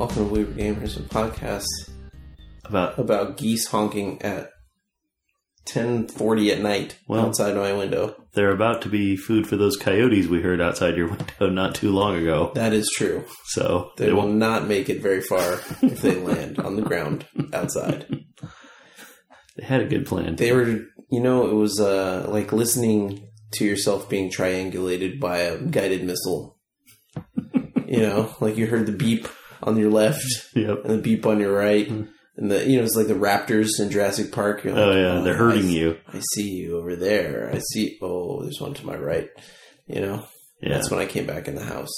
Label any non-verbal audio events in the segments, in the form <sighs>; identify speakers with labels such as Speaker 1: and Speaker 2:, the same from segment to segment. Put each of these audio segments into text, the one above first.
Speaker 1: and We Were Gamers, a podcast
Speaker 2: About
Speaker 1: about geese honking at 10:40 at night
Speaker 2: Well-
Speaker 1: outside my window.
Speaker 2: they're about to be food for those coyotes we heard outside your <laughs> window not too long ago.
Speaker 1: That is true.
Speaker 2: So
Speaker 1: They will not make it very far if
Speaker 2: <laughs>
Speaker 1: they land on the ground outside.
Speaker 2: they had a good plan.
Speaker 1: They were, you know, it was uh, like listening to yourself being triangulated by a guided missile. you know, like you heard the beep on your left
Speaker 2: yep.
Speaker 1: and the beep on your right. And the you know it's like the raptors in Jurassic Park. You're
Speaker 2: Mm. Oh
Speaker 1: like,
Speaker 2: yeah, they're
Speaker 1: I
Speaker 2: hurting
Speaker 1: see-
Speaker 2: you.
Speaker 1: I see you over there. I see. Oh, there's one to my right. You know,
Speaker 2: Yeah.
Speaker 1: that's when I came back in the house.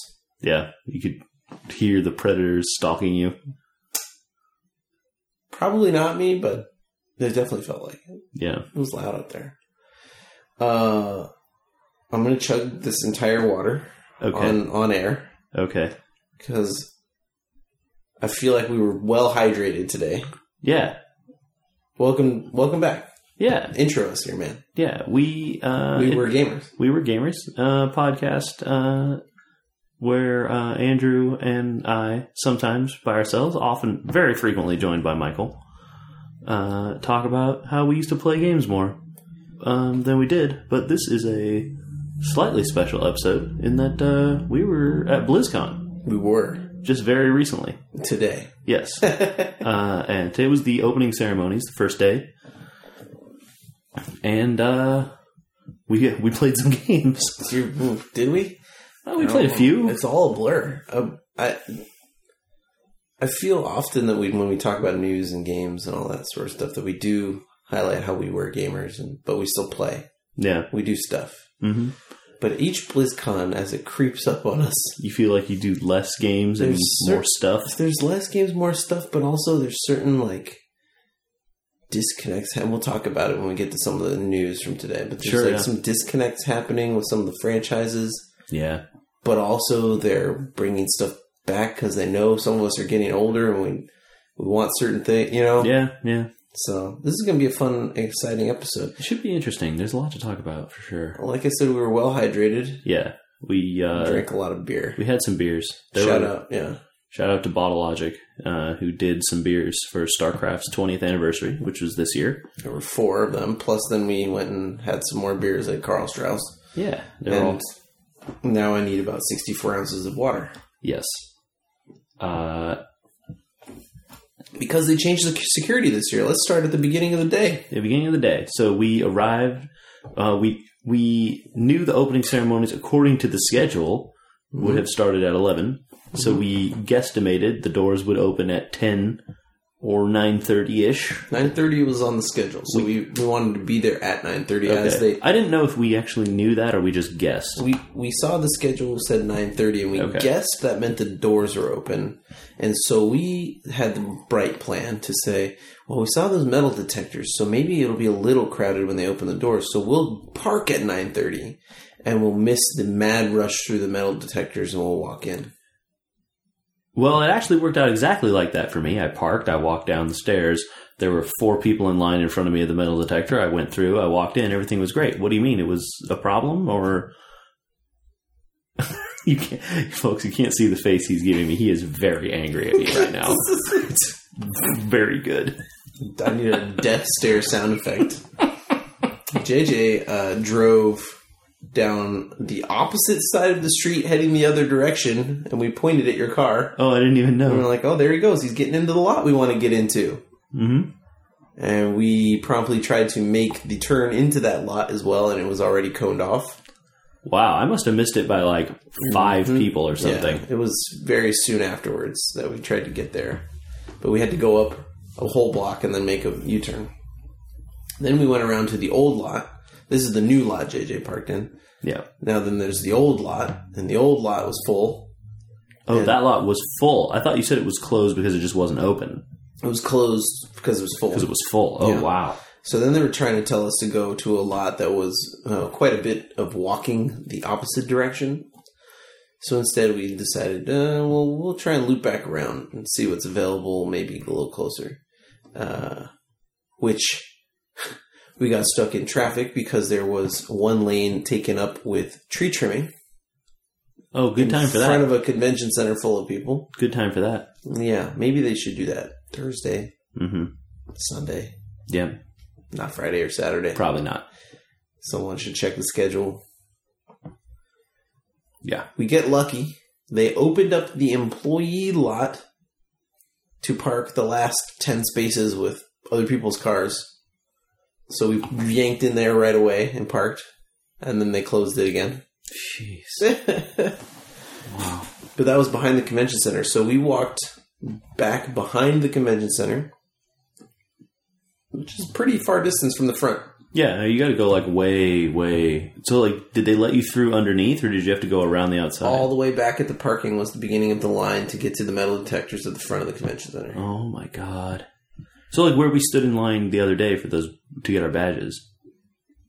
Speaker 2: Yeah. You could hear the predators stalking you.
Speaker 1: Probably not me, but it definitely felt like it.
Speaker 2: Yeah.
Speaker 1: It was loud out there. Uh, I'm gonna chug this entire water
Speaker 2: Okay.
Speaker 1: on on air
Speaker 2: okay.
Speaker 1: because I feel like we were well hydrated today.
Speaker 2: Yeah.
Speaker 1: Welcome, welcome back.
Speaker 2: Yeah.
Speaker 1: Intro us here, man.
Speaker 2: Yeah. We uh
Speaker 1: we were gamers.
Speaker 2: We Were Gamers uh, podcast uh, where uh, Andrew and I, sometimes by ourselves, often very frequently joined by Michael, uh, talk about how we used to play games more um, than we did. But this is a slightly special episode in that uh, we were at BlizzCon
Speaker 1: We were
Speaker 2: just very recently.
Speaker 1: today.
Speaker 2: Yes. uh, and today was the opening ceremonies, the first day. And uh, we we played some <laughs> games.
Speaker 1: You- Did we?
Speaker 2: Oh, <laughs> we played a few.
Speaker 1: It's all a blur. Um, I I feel often that we when we talk about news and games and all that sort of stuff that we do highlight how we were gamers, and but we still play.
Speaker 2: Yeah.
Speaker 1: We do stuff.
Speaker 2: hmm
Speaker 1: But each BlizzCon, as it creeps up on us,
Speaker 2: You feel like you do less games and
Speaker 1: There's
Speaker 2: more stuff.
Speaker 1: there's less games, more stuff, but also there's certain like disconnects, and we'll talk about it when we get to some of the news from today. But there's
Speaker 2: Sure,
Speaker 1: like
Speaker 2: yeah.
Speaker 1: some disconnects happening with some of the franchises.
Speaker 2: Yeah.
Speaker 1: but also they're bringing stuff back because they know some of us are getting older and we we want certain things, you know.
Speaker 2: Yeah. Yeah.
Speaker 1: So this is going to be a fun, exciting episode.
Speaker 2: It should be interesting. There's a lot to talk about for sure.
Speaker 1: Like I said, we were well hydrated,
Speaker 2: Yeah. We uh,
Speaker 1: drank a lot of beer.
Speaker 2: we had some beers. There
Speaker 1: Shout
Speaker 2: were-
Speaker 1: out, yeah,
Speaker 2: Shout out to Bottle Logic, uh, who did some beers for StarCraft's 20th anniversary, which was this year.
Speaker 1: there were four of them. Plus, then we went and had some more beers at Carl Strauss,
Speaker 2: Yeah. They're all
Speaker 1: and now I need about sixty-four ounces of water
Speaker 2: yes. Uh,
Speaker 1: because they changed the security this year. Let's start at the beginning of the day.
Speaker 2: the beginning of the day. So we arrived. Uh, we we knew the opening ceremonies according to the schedule
Speaker 1: Mm-hmm.
Speaker 2: would have started at 11 So we guesstimated the doors would open at ten or nine thirty ish.
Speaker 1: Nine thirty was on the schedule, so we, we wanted to be there at nine thirty as they
Speaker 2: I didn't know if we actually knew that or we just guessed.
Speaker 1: we we saw the schedule said 9:30 and we
Speaker 2: Okay.
Speaker 1: guessed that meant the doors were open. And so we had the bright plan to say, well we saw those metal detectors, so maybe it'll be a little crowded when they open the doors. So we'll park at 9:30 and we'll miss the mad rush through the metal detectors and we'll walk in.
Speaker 2: Well, it actually worked out exactly like that for me. I parked, I walked down the stairs. There were four people in line in front of me at the metal detector. I went through, I walked in, everything was great. What do you mean? It was a problem or <laughs> you can't folks, you can't see the face he's giving me. He is very angry at me
Speaker 1: <laughs>
Speaker 2: right now. it's very good.
Speaker 1: I need a death stare sound effect. JJ uh, drove down the opposite side of the street heading the other direction and we pointed at your car.
Speaker 2: Oh, I didn't even
Speaker 1: And
Speaker 2: know.
Speaker 1: we're like, oh, there he goes. He's getting into the lot we want to get into.
Speaker 2: Mm-hmm.
Speaker 1: And we promptly tried to make the turn into that lot as well, and it was already coned off.
Speaker 2: Wow, I must have missed it by like 5
Speaker 1: Mm-hmm.
Speaker 2: people or something.
Speaker 1: Yeah, it was very soon afterwards that we tried to get there. But we had to go up a whole block and then make a U turn. Then we went around to the old lot. This is the new lot JJ parked in.
Speaker 2: Yeah.
Speaker 1: Now, then there's the old lot, and the old lot was full.
Speaker 2: Oh, that lot was full. I thought you said it was closed because it just wasn't open
Speaker 1: It was closed because it was full.
Speaker 2: because it was full. Oh,
Speaker 1: Yeah.
Speaker 2: wow.
Speaker 1: So then they were trying to tell us to go to a lot that was uh, quite a bit of walking the opposite direction. So instead, we decided, uh, well, we'll try and loop back around and see what's available, maybe a little closer. Uh, which <laughs> we got stuck in traffic because there was one lane taken up with tree trimming.
Speaker 2: Oh, good time
Speaker 1: in
Speaker 2: for
Speaker 1: front
Speaker 2: that.
Speaker 1: of a convention center full of people.
Speaker 2: Good time for that.
Speaker 1: Yeah, maybe they should do that Thursday,
Speaker 2: hmm
Speaker 1: Mm-hmm. Sunday,
Speaker 2: Yeah,
Speaker 1: not Friday or Saturday.
Speaker 2: probably not.
Speaker 1: Someone should check the schedule.
Speaker 2: Yeah.
Speaker 1: We get lucky. They opened up the employee lot to park the last 10 spaces with other people's cars. So we yanked in there right away and parked. And then they closed it again.
Speaker 2: Jeez.
Speaker 1: but
Speaker 2: Wow.
Speaker 1: that was behind the convention center. So we walked back behind the convention center, which is pretty far distance from the front.
Speaker 2: Yeah, you got to go like way, way. So, like, did they let you through underneath, or did you have to go around the outside?
Speaker 1: All the way back at the parking was the beginning of the line to get to the metal detectors at the front of the convention center.
Speaker 2: oh my god. So, like, where we stood in line the other day for those to get our badges.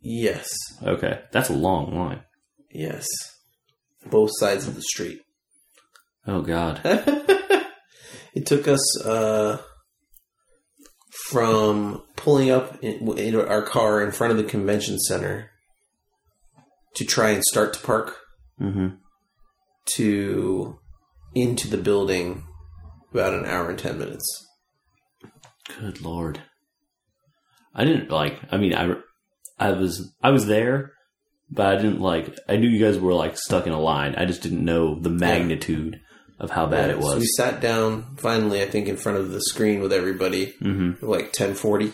Speaker 1: Yes.
Speaker 2: Okay, that's a long line.
Speaker 1: Yes. Both sides of the street.
Speaker 2: Oh god.
Speaker 1: it took us uh, from pulling up in, in our car in front of the convention center to try and start to park
Speaker 2: hmm
Speaker 1: to into the building about an hour and 10 minutes.
Speaker 2: Good lord. I didn't like. I mean, I, I was I was there, but I didn't like. I knew you guys were like stuck in a line. I just didn't know the magnitude of how bad it
Speaker 1: So
Speaker 2: was.
Speaker 1: we sat down finally, I think, in front of the screen with everybody,
Speaker 2: hmm
Speaker 1: like 1040.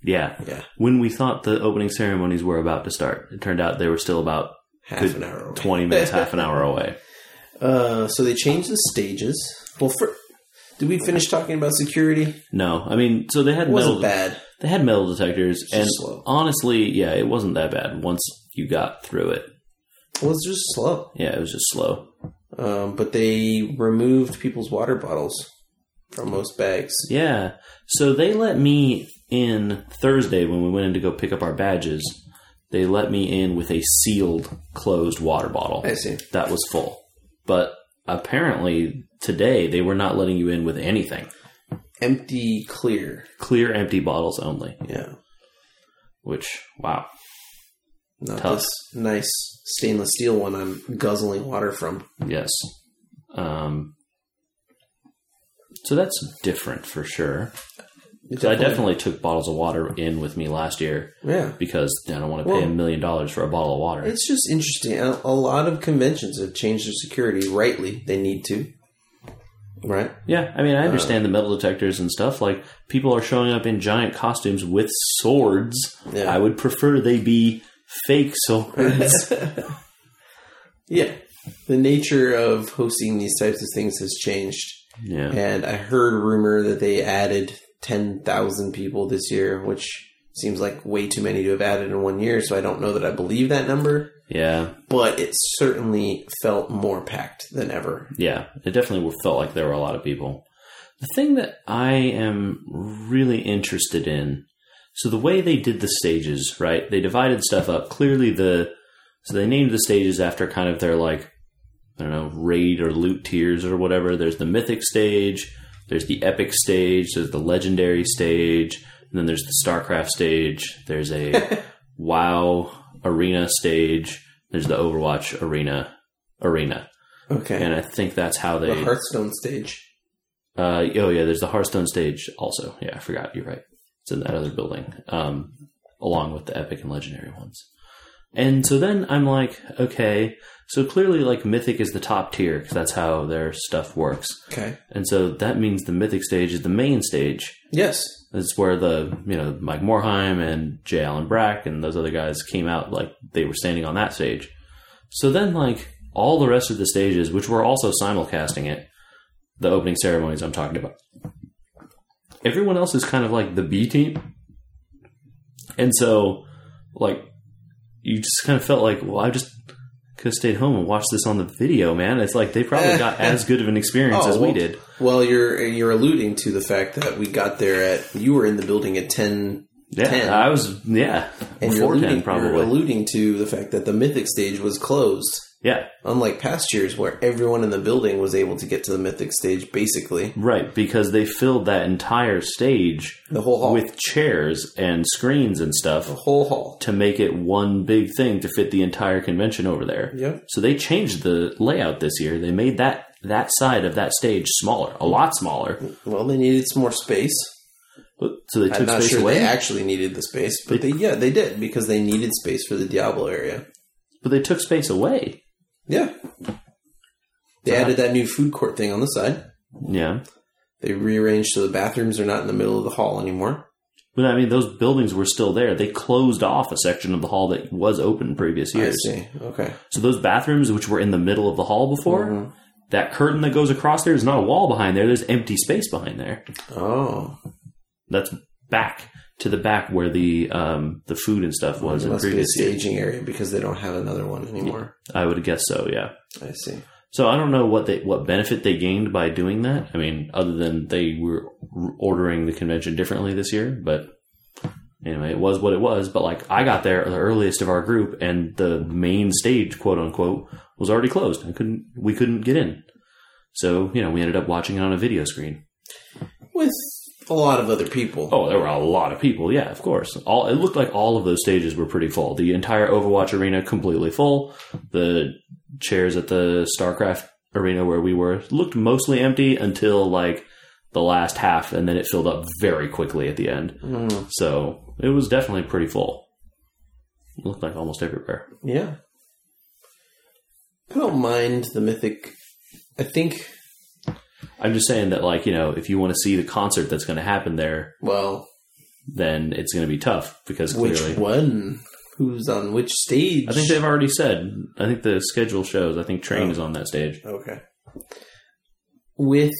Speaker 2: Yeah.
Speaker 1: Yeah,
Speaker 2: When we thought the opening ceremonies were about to start, it turned out they were still about
Speaker 1: half
Speaker 2: Good
Speaker 1: an hour. away.
Speaker 2: twenty minutes, half an hour away.
Speaker 1: Uh, so they changed the stages. Well, fir- did we finish talking about security?
Speaker 2: No, I mean, so they had
Speaker 1: It wasn't
Speaker 2: metal.
Speaker 1: bad.
Speaker 2: They had metal detectors,
Speaker 1: It's
Speaker 2: and
Speaker 1: just slow.
Speaker 2: honestly, yeah, it wasn't that bad once you got through it.
Speaker 1: It was just slow.
Speaker 2: Yeah, it was just slow.
Speaker 1: Um, but they removed people's water bottles from most bags.
Speaker 2: Yeah. So they let me in Thursday when we went in to go pick up our badges. They let me in with a sealed, closed water bottle
Speaker 1: I see.
Speaker 2: that was full. But apparently today they were not letting you in with anything.
Speaker 1: Empty, clear.
Speaker 2: Clear, empty bottles only.
Speaker 1: Yeah.
Speaker 2: Which, wow.
Speaker 1: Not
Speaker 2: Tough.
Speaker 1: this nice stainless steel one I'm guzzling water from.
Speaker 2: Yes. Um, so that's different for sure. 'Cause I definitely took bottles of water in with me last year
Speaker 1: Yeah.
Speaker 2: because I don't want to pay
Speaker 1: Well,
Speaker 2: a million dollars for a bottle of water.
Speaker 1: It's just interesting. A, a lot of conventions have changed their security. Rightly, they need to. Right?
Speaker 2: Yeah, I mean, I understand the metal detectors and stuff. Like, people are showing up in giant costumes with swords.
Speaker 1: Yeah. <laughs>
Speaker 2: I would prefer they be fake swords.
Speaker 1: Yeah. The nature of hosting these types of things has changed.
Speaker 2: yeah.
Speaker 1: And I heard rumor that they added 10,000 people this year, which seems like way too many to have added in one year, so I don't know that I believe that number,
Speaker 2: Yeah.
Speaker 1: but it certainly felt more packed than ever.
Speaker 2: Yeah. It definitely felt like there were a lot of people. The thing that I am really interested in so, the way they did the stages, right? They divided stuff up. Clearly, the. So, they named the stages after kind of their, like, I don't know, raid or loot tiers or whatever. There's the mythic stage, there's the epic stage, there's the legendary stage, and then there's the StarCraft stage, there's a WoW arena stage, there's the Overwatch arena arena.
Speaker 1: Okay.
Speaker 2: And I think that's how
Speaker 1: The
Speaker 2: they
Speaker 1: Hearthstone stage.
Speaker 2: uh, oh yeah, there's the Hearthstone stage also. Yeah, I forgot. You're right. It's in that other building, um, along with the epic and legendary ones. And so then I'm like, okay, so clearly like mythic is the top tier because that's how their stuff works.
Speaker 1: Okay.
Speaker 2: And so that means the mythic stage is the main stage.
Speaker 1: Yes.
Speaker 2: It's where the you know Mike Morheim and Jay Allen Brack and those other guys came out like they were standing on that stage. So then like all the rest of the stages, which were also simulcasting it, the opening ceremonies I'm talking about. Everyone else is kind of like the B team, and so like you just kind of felt like, well, I just could have stayed home and watched this on the video, man. It's like they
Speaker 1: <laughs>
Speaker 2: probably got as good of an experience
Speaker 1: Oh,
Speaker 2: as we
Speaker 1: well,
Speaker 2: did.
Speaker 1: Well, you're you're alluding to the fact that we got there at you were in the building at 10
Speaker 2: Yeah,
Speaker 1: 10.
Speaker 2: I was. Yeah,
Speaker 1: and you're
Speaker 2: before
Speaker 1: alluding,
Speaker 2: ten
Speaker 1: you're
Speaker 2: probably.
Speaker 1: alluding to the fact that the mythic stage was closed.
Speaker 2: Yeah,
Speaker 1: Unlike past years where everyone in the building was able to get to the mythic stage basically
Speaker 2: right. Because they filled that entire stage
Speaker 1: the whole hall.
Speaker 2: with chairs and screens and
Speaker 1: the
Speaker 2: stuff
Speaker 1: whole hall.
Speaker 2: to make it one big thing to fit the entire convention over there.
Speaker 1: Yep.
Speaker 2: So they changed the layout this year. They made that that side of that stage smaller, a lot smaller.
Speaker 1: Well, they needed some more space.
Speaker 2: So they
Speaker 1: I'm
Speaker 2: took
Speaker 1: not
Speaker 2: space
Speaker 1: sure
Speaker 2: away.
Speaker 1: they actually needed the space, but they, yeah, they did because they needed space for the Diablo area.
Speaker 2: but they took space away.
Speaker 1: Yeah. They
Speaker 2: Uh-huh.
Speaker 1: added that new food court thing on the side.
Speaker 2: Yeah.
Speaker 1: They rearranged so the bathrooms are not in the middle of the hall anymore.
Speaker 2: But I mean, those buildings were still there. They closed off a section of the hall that was open in previous
Speaker 1: I
Speaker 2: years.
Speaker 1: see. Okay.
Speaker 2: So those bathrooms, which were in the middle of the hall before,
Speaker 1: Mhm.
Speaker 2: that curtain that goes across there is not a wall behind there. There's empty space behind there.
Speaker 1: Oh,
Speaker 2: That's back to the back where the um, the food and stuff was
Speaker 1: it
Speaker 2: in
Speaker 1: must be a
Speaker 2: previous years.
Speaker 1: staging area because they don't have another one anymore.
Speaker 2: I would guess so. Yeah.
Speaker 1: I see.
Speaker 2: So I don't know what they what benefit they gained by doing that. I mean, other than they were ordering the convention differently this year, but anyway, it was what it was. But like, I got there the earliest of our group, and the main stage, quote unquote, was already closed. I couldn't, we couldn't get in. So you know, we ended up watching it on a video screen.
Speaker 1: With a lot of other people.
Speaker 2: Oh, there were a lot of people. Yeah, of course. All it looked like all of those stages were pretty full. The entire Overwatch arena completely full. The chairs at the StarCraft arena where we were looked mostly empty until like the last half, and then it filled up very quickly at the end.
Speaker 1: Mm,
Speaker 2: So it was definitely pretty full. Looked like almost everywhere.
Speaker 1: yeah. I don't mind the mythic. I think,
Speaker 2: I'm just saying that, like you know, if you want to see the concert that's going to happen there,
Speaker 1: well,
Speaker 2: then it's going to be tough because
Speaker 1: which
Speaker 2: clearly
Speaker 1: one? Who's on which stage?
Speaker 2: I think they've already said. I think the schedule shows. I think Train is on that stage.
Speaker 1: Okay. With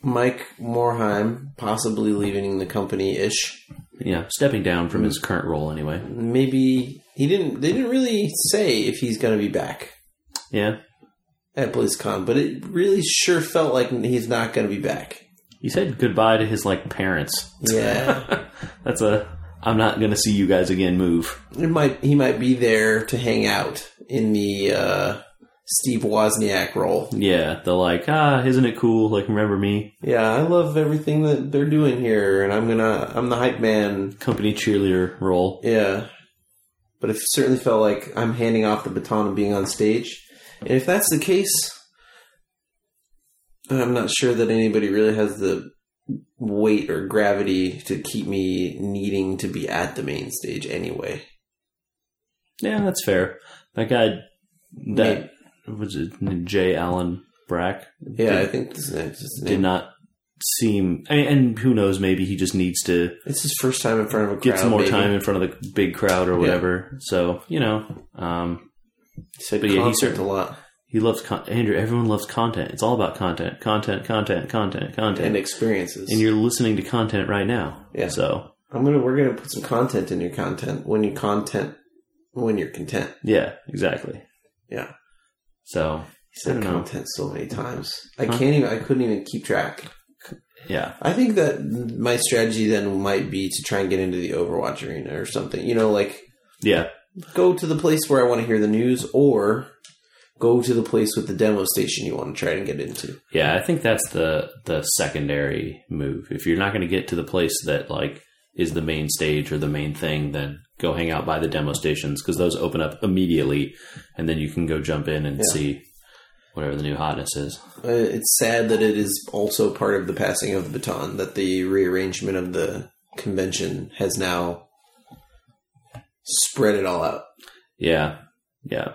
Speaker 1: Mike Morheim possibly leaving the company ish,
Speaker 2: Yeah, stepping down from his current role anyway.
Speaker 1: maybe he didn't. They didn't really say if he's going to be back
Speaker 2: Yeah,
Speaker 1: at BlizzCon, but it really sure felt like he's not going to be back.
Speaker 2: he said goodbye to his like parents.
Speaker 1: Yeah,
Speaker 2: That's a I'm not gonna see you guys again. Move.
Speaker 1: it might. He might be there to hang out in the uh, Steve Wozniak role.
Speaker 2: Yeah, they're like, ah, isn't it cool? Like, remember me?
Speaker 1: Yeah, I love everything that they're doing here, and I'm gonna. I'm the hype man.
Speaker 2: Company cheerleader role.
Speaker 1: Yeah. But it certainly felt like I'm handing off the baton and being on stage. And if that's the case, I'm not sure that anybody really has the weight or gravity to keep me needing to be at the main stage anyway.
Speaker 2: Yeah, that's fair. That guy, that was it J. Allen Brack.
Speaker 1: Yeah, I
Speaker 2: Did-
Speaker 1: think this is his
Speaker 2: Did
Speaker 1: name.
Speaker 2: not seem. I mean, and who knows? Maybe he just needs to
Speaker 1: It's his first time in front of a crowd.
Speaker 2: get some more
Speaker 1: maybe.
Speaker 2: time in front of the big crowd or whatever. So you know, um,
Speaker 1: He said
Speaker 2: But yeah, he
Speaker 1: concert
Speaker 2: certainly-
Speaker 1: a lot
Speaker 2: He loves con- Andrew. Everyone loves content. It's all about content, content, content, content,
Speaker 1: and
Speaker 2: content.
Speaker 1: experiences.
Speaker 2: And you're listening to content right now.
Speaker 1: Yeah.
Speaker 2: So
Speaker 1: I'm gonna we're gonna put some content in your content when you content when you're content.
Speaker 2: yeah, exactly.
Speaker 1: Yeah.
Speaker 2: So
Speaker 1: He said
Speaker 2: I don't know.
Speaker 1: content so many times. I
Speaker 2: Huh?
Speaker 1: can't even. I couldn't even keep track.
Speaker 2: yeah,
Speaker 1: I think that my strategy then might be to try and get into the Overwatch arena or something. You know, like
Speaker 2: yeah,
Speaker 1: go to the place where I want to hear the news, or go to the place with the demo station you want to try and get into.
Speaker 2: yeah. I think that's the the secondary move. If you're not going to get to the place that like is the main stage or the main thing, then go hang out by the demo stations because those open up immediately, and then you can go jump in and
Speaker 1: Yeah.
Speaker 2: see whatever the new hotness is.
Speaker 1: Uh, it's sad that it is also part of the passing of the baton that the rearrangement of the convention has now spread it all out.
Speaker 2: Yeah. Yeah.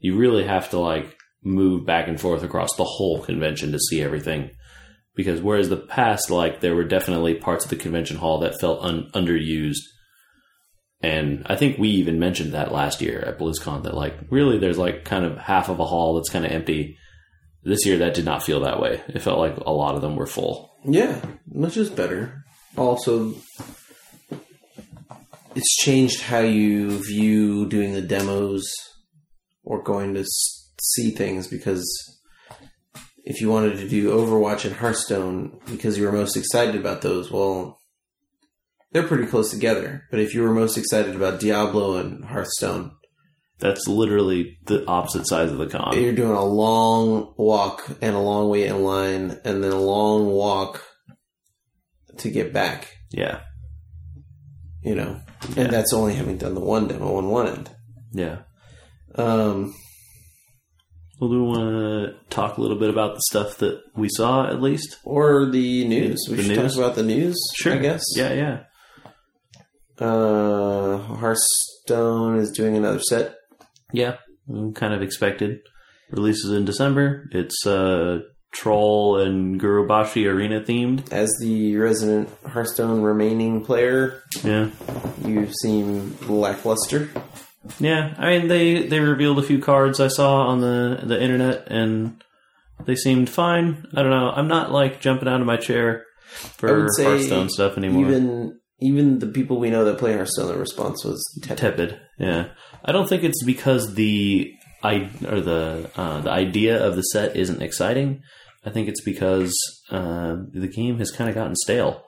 Speaker 2: You really have to like move back and forth across the whole convention to see everything. Because whereas the past, like, there were definitely parts of the convention hall that felt un- underused. And I think we even mentioned that last year at BlizzCon that, like, really there's like kind of half of a hall that's kind of empty. This year, that did not feel that way. It felt like a lot of them were full.
Speaker 1: Yeah, which is better. Also, it's changed how you view doing the demos or going to s- see things because if you wanted to do Overwatch and Hearthstone because you were most excited about those, well, they're pretty close together. But if you were most excited about Diablo and Hearthstone,
Speaker 2: That's literally the opposite sides of the con.
Speaker 1: You're doing a long walk and a long wait in line and then a long walk to get back,
Speaker 2: Yeah,
Speaker 1: you know.
Speaker 2: Yeah.
Speaker 1: And that's only having done the one demo on one end.
Speaker 2: yeah.
Speaker 1: Um,
Speaker 2: Well, do we want to talk a little bit about the stuff that we saw at least?
Speaker 1: or the news. We
Speaker 2: The
Speaker 1: should
Speaker 2: news?
Speaker 1: talk about the news, I guess.
Speaker 2: Yeah, yeah.
Speaker 1: Uh, Hearthstone is doing another set.
Speaker 2: Yeah. mm, Kind of expected. Releases in December. It's uh troll and Gurubashi arena themed.
Speaker 1: As the resident Hearthstone remaining player,
Speaker 2: Yeah.
Speaker 1: you seem lackluster.
Speaker 2: Yeah. I mean they they revealed a few cards I saw on the the internet and they seemed fine. I don't know. I'm not like jumping out of my chair
Speaker 1: I
Speaker 2: for
Speaker 1: would say
Speaker 2: Hearthstone stuff anymore.
Speaker 1: Even even the people we know that play Hearthstone, the response was tepid.
Speaker 2: tepid. Yeah, I don't think it's because the I or the uh, the idea of the set isn't exciting. I think it's because uh, the game has kind of gotten stale,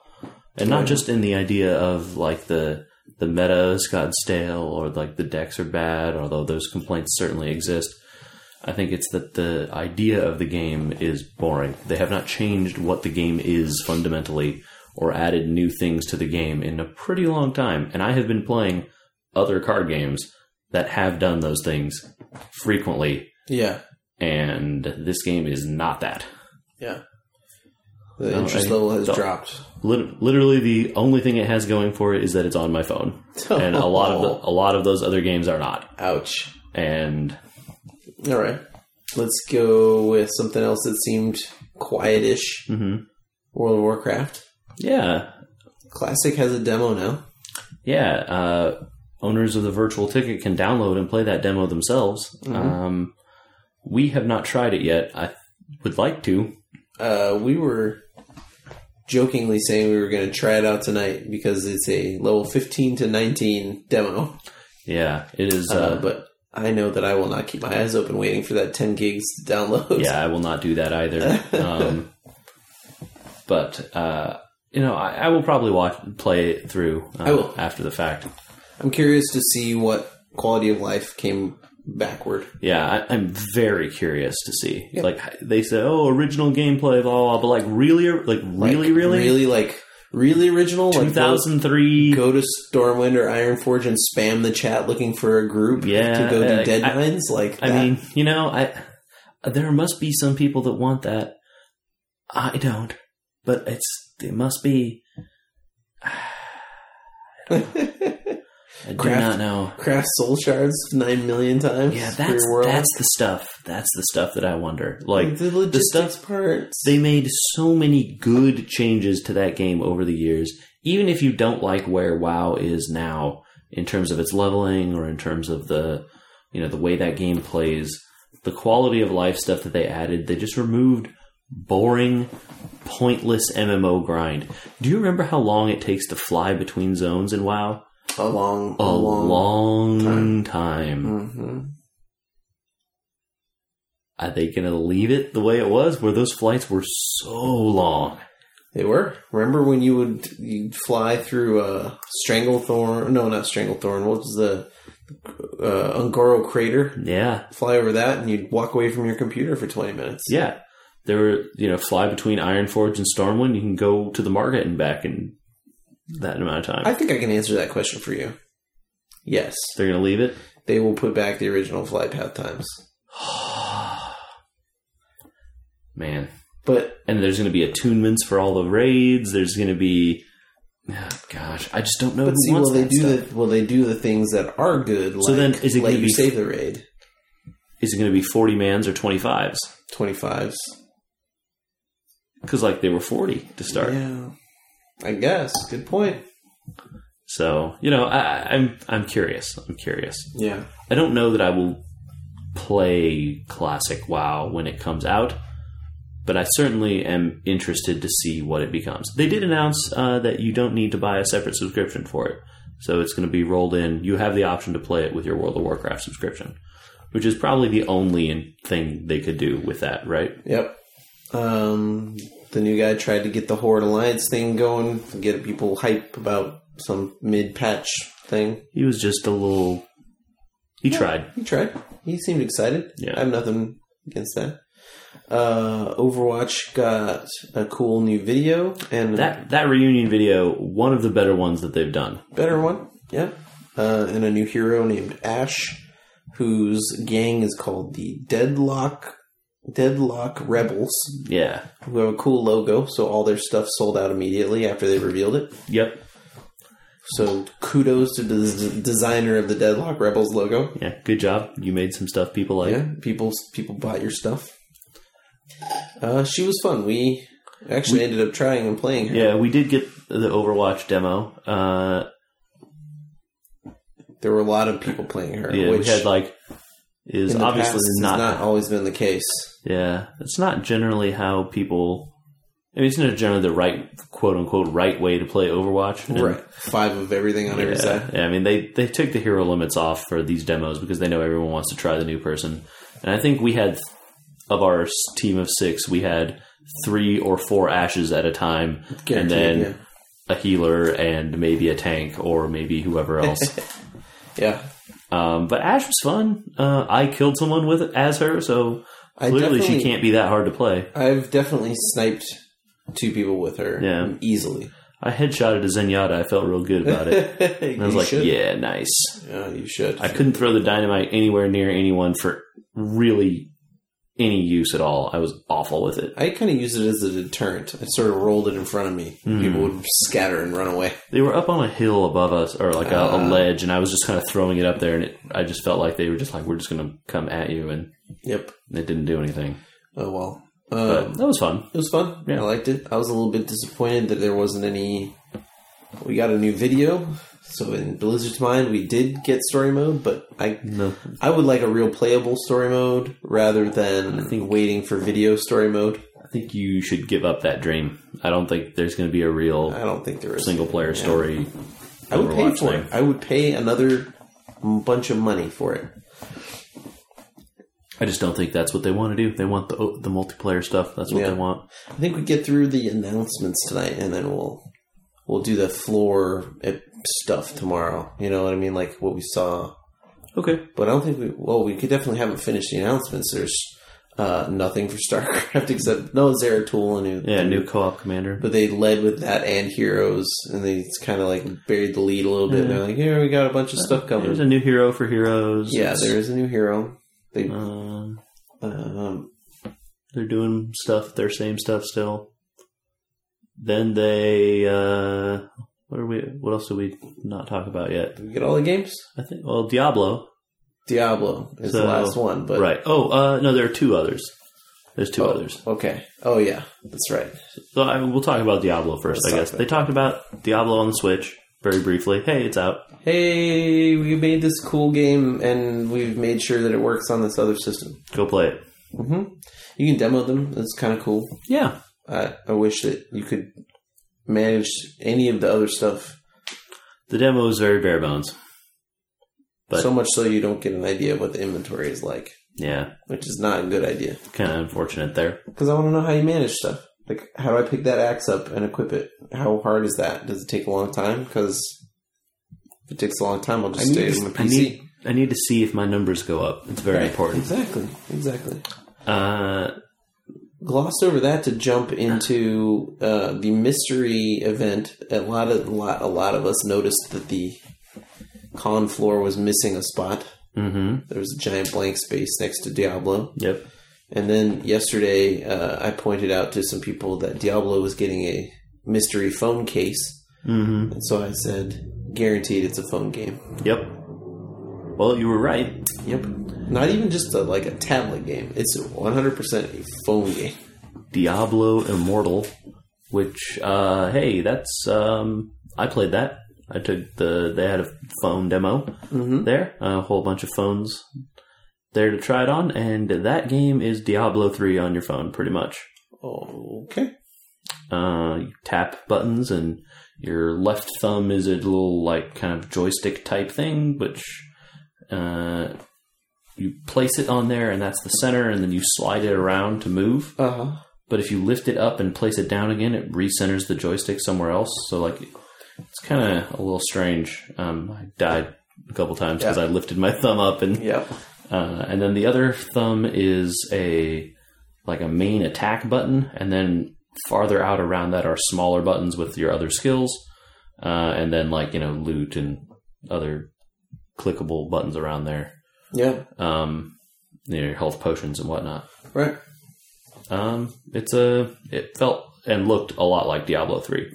Speaker 2: and not just in the idea of like the the meta's gotten stale or like the decks are bad, although those complaints certainly exist. I think it's that the idea of the game is boring. They have not changed what the game is fundamentally or added new things to the game in a pretty long time. And I have been playing other card games that have done those things frequently,
Speaker 1: Yeah,
Speaker 2: and this game is not that.
Speaker 1: yeah. The
Speaker 2: No,
Speaker 1: interest
Speaker 2: I
Speaker 1: level has
Speaker 2: don't-
Speaker 1: dropped.
Speaker 2: Lit- Literally, the only thing it has going for it is that it's on my phone, and a lot of the, a lot of those other games are not.
Speaker 1: <laughs> ouch.
Speaker 2: And
Speaker 1: All right, let's go with something else that seemed quietish.
Speaker 2: mhm.
Speaker 1: World of Warcraft
Speaker 2: yeah,
Speaker 1: Classic has a demo now.
Speaker 2: yeah, uh, owners of the virtual ticket can download and play that demo themselves. Um, we have not tried it yet. I would like to.
Speaker 1: uh, we were jokingly saying we were going to try it out tonight because it's a level 15 to 19 demo.
Speaker 2: Yeah, it is.
Speaker 1: Uh,
Speaker 2: Uh,
Speaker 1: but I know that I will not keep my eyes open waiting for that 10 gigs to download.
Speaker 2: yeah, I will not do
Speaker 1: <laughs>
Speaker 2: that either. Um, but uh, you know, I, I will probably watch play it through. Uh,
Speaker 1: I will.
Speaker 2: after the fact.
Speaker 1: I'm curious to see what quality of life came backward.
Speaker 2: Yeah, I, I'm very curious to see. Like they say, oh, original gameplay, blah blah. blah but like really, like
Speaker 1: Like,
Speaker 2: really, really,
Speaker 1: Really, like, really original? Like,
Speaker 2: 2003.
Speaker 1: Go, go to Stormwind or Ironforge and spam the chat looking for a group
Speaker 2: Yeah,
Speaker 1: to go do
Speaker 2: like, I-
Speaker 1: deadlines? like,
Speaker 2: I
Speaker 1: that.
Speaker 2: mean, you know, I there must be some people that want that. I don't, but it's it must be. I do
Speaker 1: Craft-
Speaker 2: not know.
Speaker 1: <laughs> craft soul shards 9 million times?
Speaker 2: Yeah,
Speaker 1: for your
Speaker 2: that's
Speaker 1: world?
Speaker 2: that's the stuff. That's the stuff that I wonder. Like
Speaker 1: the logistics
Speaker 2: stuff-
Speaker 1: parts.
Speaker 2: they made so many good changes to that game over the years. Even if you don't like where WoW is now in terms of its leveling or in terms of the you know the way that game plays, the quality of life stuff that they added, they just removed boring, pointless MMO grind. Do you remember how long it takes to fly between zones in WoW?
Speaker 1: a long,
Speaker 2: A
Speaker 1: time.
Speaker 2: long, time. Mm.
Speaker 1: hmm
Speaker 2: Are they going to leave it the way it was, where those flights were so long?
Speaker 1: They were. Remember when you would you'd fly through uh, Stranglethorn? No, not Stranglethorn. What was the uh, Ungoro crater?
Speaker 2: Yeah,
Speaker 1: Fly over that, and you'd walk away from your computer for twenty minutes.
Speaker 2: Yeah. There were, you know, fly between Ironforge and Stormwind. You can go to the market and back in that amount of time.
Speaker 1: I think I can answer that question for you. Yes,
Speaker 2: They're going to leave it.
Speaker 1: they will put back the original flight path times,
Speaker 2: Man.
Speaker 1: but
Speaker 2: And there's going to be attunements for all the raids. There's going to be. <sighs> Oh, gosh. I just don't know.
Speaker 1: but
Speaker 2: who
Speaker 1: see,
Speaker 2: wants
Speaker 1: will they
Speaker 2: that
Speaker 1: do
Speaker 2: stuff.
Speaker 1: the will they do the things that are good? Like,
Speaker 2: So then is it
Speaker 1: let
Speaker 2: gonna
Speaker 1: you
Speaker 2: be-
Speaker 1: save the raid
Speaker 2: Is it going to be 40 mans or 25s?
Speaker 1: twenty fives?
Speaker 2: Because, like, they were 40 to start.
Speaker 1: Yeah, I guess. Good point.
Speaker 2: So, you know, I, I- I'm, I'm curious. I'm curious.
Speaker 1: Yeah.
Speaker 2: I don't know that I will play classic WoW when it comes out, but I certainly am interested to see what it becomes. They did announce uh, that you don't need to buy a separate subscription for it, so it's going to be rolled in. You have the option to play it with your World of Warcraft subscription, which is probably the only in- thing they could do with that, right?
Speaker 1: Yep. Um, the new guy tried to get the Horde Alliance thing going, get people hype about some mid patch thing.
Speaker 2: He was just a little He
Speaker 1: Yeah,
Speaker 2: tried.
Speaker 1: He tried. He seemed excited.
Speaker 2: Yeah.
Speaker 1: I have nothing against that. Uh, Overwatch got a cool new video and
Speaker 2: That that reunion video, one of the better ones that they've done.
Speaker 1: a better one. Yeah. Uh, and a new hero named Ash, whose gang is called the Deadlock Deadlock Rebels,
Speaker 2: Yeah.
Speaker 1: who have a cool logo. So all their stuff sold out immediately after they revealed it.
Speaker 2: Yep.
Speaker 1: So kudos to the d- designer of the Deadlock Rebels logo.
Speaker 2: Yeah. Good job. You made some stuff people like.
Speaker 1: Yeah, people people bought your stuff. Uh, she was fun. We actually ended up trying and playing her.
Speaker 2: Yeah, we did get the Overwatch demo. Uh,
Speaker 1: There were a lot of people playing her,
Speaker 2: yeah,
Speaker 1: which
Speaker 2: we had like is
Speaker 1: in the
Speaker 2: obviously
Speaker 1: past
Speaker 2: not,
Speaker 1: has not always been the case.
Speaker 2: Yeah, it's not generally how people. I mean, it's not generally the right quote unquote right way to play Overwatch. And-
Speaker 1: right, five of everything on every
Speaker 2: Yeah,
Speaker 1: side.
Speaker 2: yeah, I mean they they took the hero limits off for these demos because they know everyone wants to try the new person. And I think we had of our s- team of six, we had three or four ashes at a time, and
Speaker 1: Guaranteed,
Speaker 2: then
Speaker 1: yeah.
Speaker 2: a healer and maybe a tank or maybe
Speaker 1: <laughs>
Speaker 2: whoever else.
Speaker 1: Yeah,
Speaker 2: um, but Ash was fun. Uh, I killed someone with as her, so
Speaker 1: I
Speaker 2: clearly she
Speaker 1: definitely-
Speaker 2: can't be that hard to play.
Speaker 1: I've definitely sniped two people with her.
Speaker 2: Yeah. <laughs>
Speaker 1: easily.
Speaker 2: I headshotted a Zenyatta. I felt real good
Speaker 1: <laughs>
Speaker 2: about it. And I was
Speaker 1: You
Speaker 2: like,
Speaker 1: should.
Speaker 2: yeah, nice.
Speaker 1: Yeah, you should.
Speaker 2: I couldn't throw the dynamite anywhere near anyone for really any use at all. I was awful with it.
Speaker 1: I kind of used it as a deterrent. I sort of rolled it in front of me.
Speaker 2: Mm-hmm.
Speaker 1: People would scatter and run away.
Speaker 2: They were up on a hill above us, or like a, a
Speaker 1: Ah.
Speaker 2: ledge, and I was just kind of throwing it up there, and it, I just felt like they were just like, we're just going to come at you, and
Speaker 1: Yep.
Speaker 2: it didn't do anything.
Speaker 1: Oh well.
Speaker 2: But
Speaker 1: Um,
Speaker 2: that was fun.
Speaker 1: It was fun.
Speaker 2: Yeah.
Speaker 1: I liked it. I was a little bit disappointed that there wasn't any. We got a new video, so in Blizzard's mind, we did get story mode, but I
Speaker 2: No.
Speaker 1: I would like a real playable story mode rather than
Speaker 2: Hmm.
Speaker 1: I think waiting for video story mode.
Speaker 2: I think you should give up that dream. I don't think there's going to be a
Speaker 1: I
Speaker 2: real
Speaker 1: don't think there is.
Speaker 2: single player story.
Speaker 1: I would pay
Speaker 2: Overwatch
Speaker 1: for
Speaker 2: thing.
Speaker 1: it. I would pay another m- bunch of money for it.
Speaker 2: I just don't think that's what they want to do. They want the the multiplayer stuff. That's what
Speaker 1: Yeah.
Speaker 2: they want.
Speaker 1: I think we get through the announcements tonight, and then we'll we'll do the floor eh, stuff tomorrow. You know what I mean? Like what we saw
Speaker 2: Okay.
Speaker 1: But I don't think we. Well, we could definitely haven't finished the announcements. There's uh, nothing for <laughs> StarCraft except no Zeratul and
Speaker 2: Yeah, new co-op commander.
Speaker 1: But they led with that and Heroes, and they kind of like buried the lead a little bit. They're like, here we got a bunch of stuff
Speaker 2: There's
Speaker 1: coming.
Speaker 2: a new hero for heroes.
Speaker 1: Yeah,
Speaker 2: It's,
Speaker 1: there is a new hero. They
Speaker 2: um,
Speaker 1: um,
Speaker 2: they're doing stuff, their same stuff still. Then they uh what are we what else did we not talk about yet?
Speaker 1: did we get all the games.
Speaker 2: I think well Diablo.
Speaker 1: Diablo is the
Speaker 2: So-
Speaker 1: last one, but
Speaker 2: right. Oh, uh no, there are two others. There's two
Speaker 1: Oh,
Speaker 2: others.
Speaker 1: Okay. Oh yeah, that's right.
Speaker 2: So I, we'll talk about Diablo 1st
Speaker 1: Let's
Speaker 2: I
Speaker 1: talk
Speaker 2: guess.
Speaker 1: about
Speaker 2: They talked about Diablo on the Switch very briefly. Hey, it's out.
Speaker 1: Hey, we made this cool game, and we've made sure that it works on this other system.
Speaker 2: Go play it.
Speaker 1: hmm You can demo them. That's kind of cool.
Speaker 2: Yeah.
Speaker 1: I, I wish that you could manage any of the other stuff
Speaker 2: The demo is very bare bones. But-
Speaker 1: so much so you don't get an idea of what the inventory is like,
Speaker 2: Yeah.
Speaker 1: which is not a good idea.
Speaker 2: Kind of unfortunate there.
Speaker 1: Because I want to know how you manage stuff. Like, how do I pick that axe up and equip it? How hard is that? Does it take a long time? Because if it takes a long time, I'll just stay on my PC.
Speaker 2: I need, I need to see if my numbers go up. It's very
Speaker 1: Right.
Speaker 2: important.
Speaker 1: Exactly. Exactly.
Speaker 2: Uh,
Speaker 1: glossed over that to jump into uh, the mystery event. A lot of a lot, a lot of us noticed that the con floor was missing a spot.
Speaker 2: hmm
Speaker 1: There was a giant blank space next to Diablo.
Speaker 2: Yep.
Speaker 1: And then yesterday, uh, I pointed out to some people that Diablo was getting a mystery phone case,
Speaker 2: hmm
Speaker 1: and so I said, "Guaranteed, it's a phone game."
Speaker 2: Yep. Well, you were right.
Speaker 1: Yep. Not even just a, like a tablet game. It's 100% a phone game.
Speaker 2: Diablo Immortal, which uh, hey, that's um, I played that. I took the they had a phone demo
Speaker 1: Mm-hmm.
Speaker 2: there, a whole bunch of phones there to try it on, and that game is Diablo three on your phone, pretty much.
Speaker 1: Okay.
Speaker 2: Uh, you tap buttons, and your left thumb is a little like kind of joystick type thing, which uh, you place it on there, and that's the center, and then you slide it around to move.
Speaker 1: Uh huh.
Speaker 2: But if you lift it up and place it down again, it recenters the joystick somewhere else. So like, it's kind of a little strange. Um, I died a couple times because I lifted my thumb up and
Speaker 1: Yep.
Speaker 2: uh, and then the other thumb is a like a main attack button, and then farther out around that are smaller buttons with your other skills, uh, and then like you know loot and other clickable buttons around there,
Speaker 1: Yep.
Speaker 2: um, you know, your health potions and whatnot.
Speaker 1: Right.
Speaker 2: Um, it's a it felt and looked a lot like Diablo three.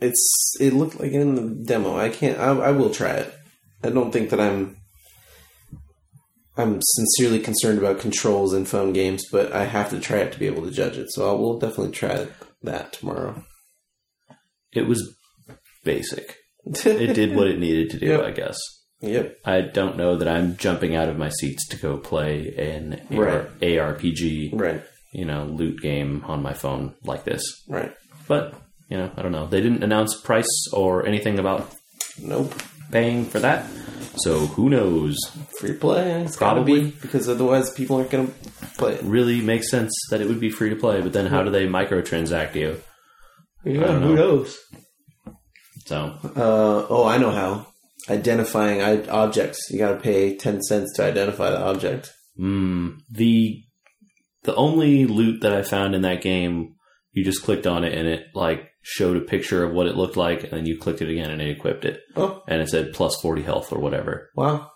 Speaker 1: It's it looked like in the demo. I can't. I, I will try it. I don't think that I'm. I'm sincerely concerned about controls in phone games, but I have to try it to be able to judge it. So I will definitely try that tomorrow.
Speaker 2: It was basic. It did what it needed to do,
Speaker 1: Yep.
Speaker 2: I guess.
Speaker 1: <laughs> yep.
Speaker 2: I don't know that I'm jumping out of my seats to go play an AR- ARPG,
Speaker 1: Right.
Speaker 2: you know, loot game on my phone like this.
Speaker 1: Right.
Speaker 2: But, you know, I don't know. They didn't announce price or anything about
Speaker 1: Nope.
Speaker 2: paying for that. So who knows?
Speaker 1: Free play. It's gotta
Speaker 2: Probably.
Speaker 1: be because otherwise people aren't gonna play it.
Speaker 2: Really makes sense that it would be free to play, but then how do they microtransact you?
Speaker 1: Yeah,
Speaker 2: who
Speaker 1: knows?
Speaker 2: So
Speaker 1: Uh, oh, I know how. Identifying I- objects. You got to pay 10 cents to identify the object.
Speaker 2: Mm, the the only loot that I found in that game, you just clicked on it and it like showed a picture of what it looked like, and then you clicked it again and it equipped it,
Speaker 1: Oh,
Speaker 2: and it said plus forty health or whatever.
Speaker 1: wow.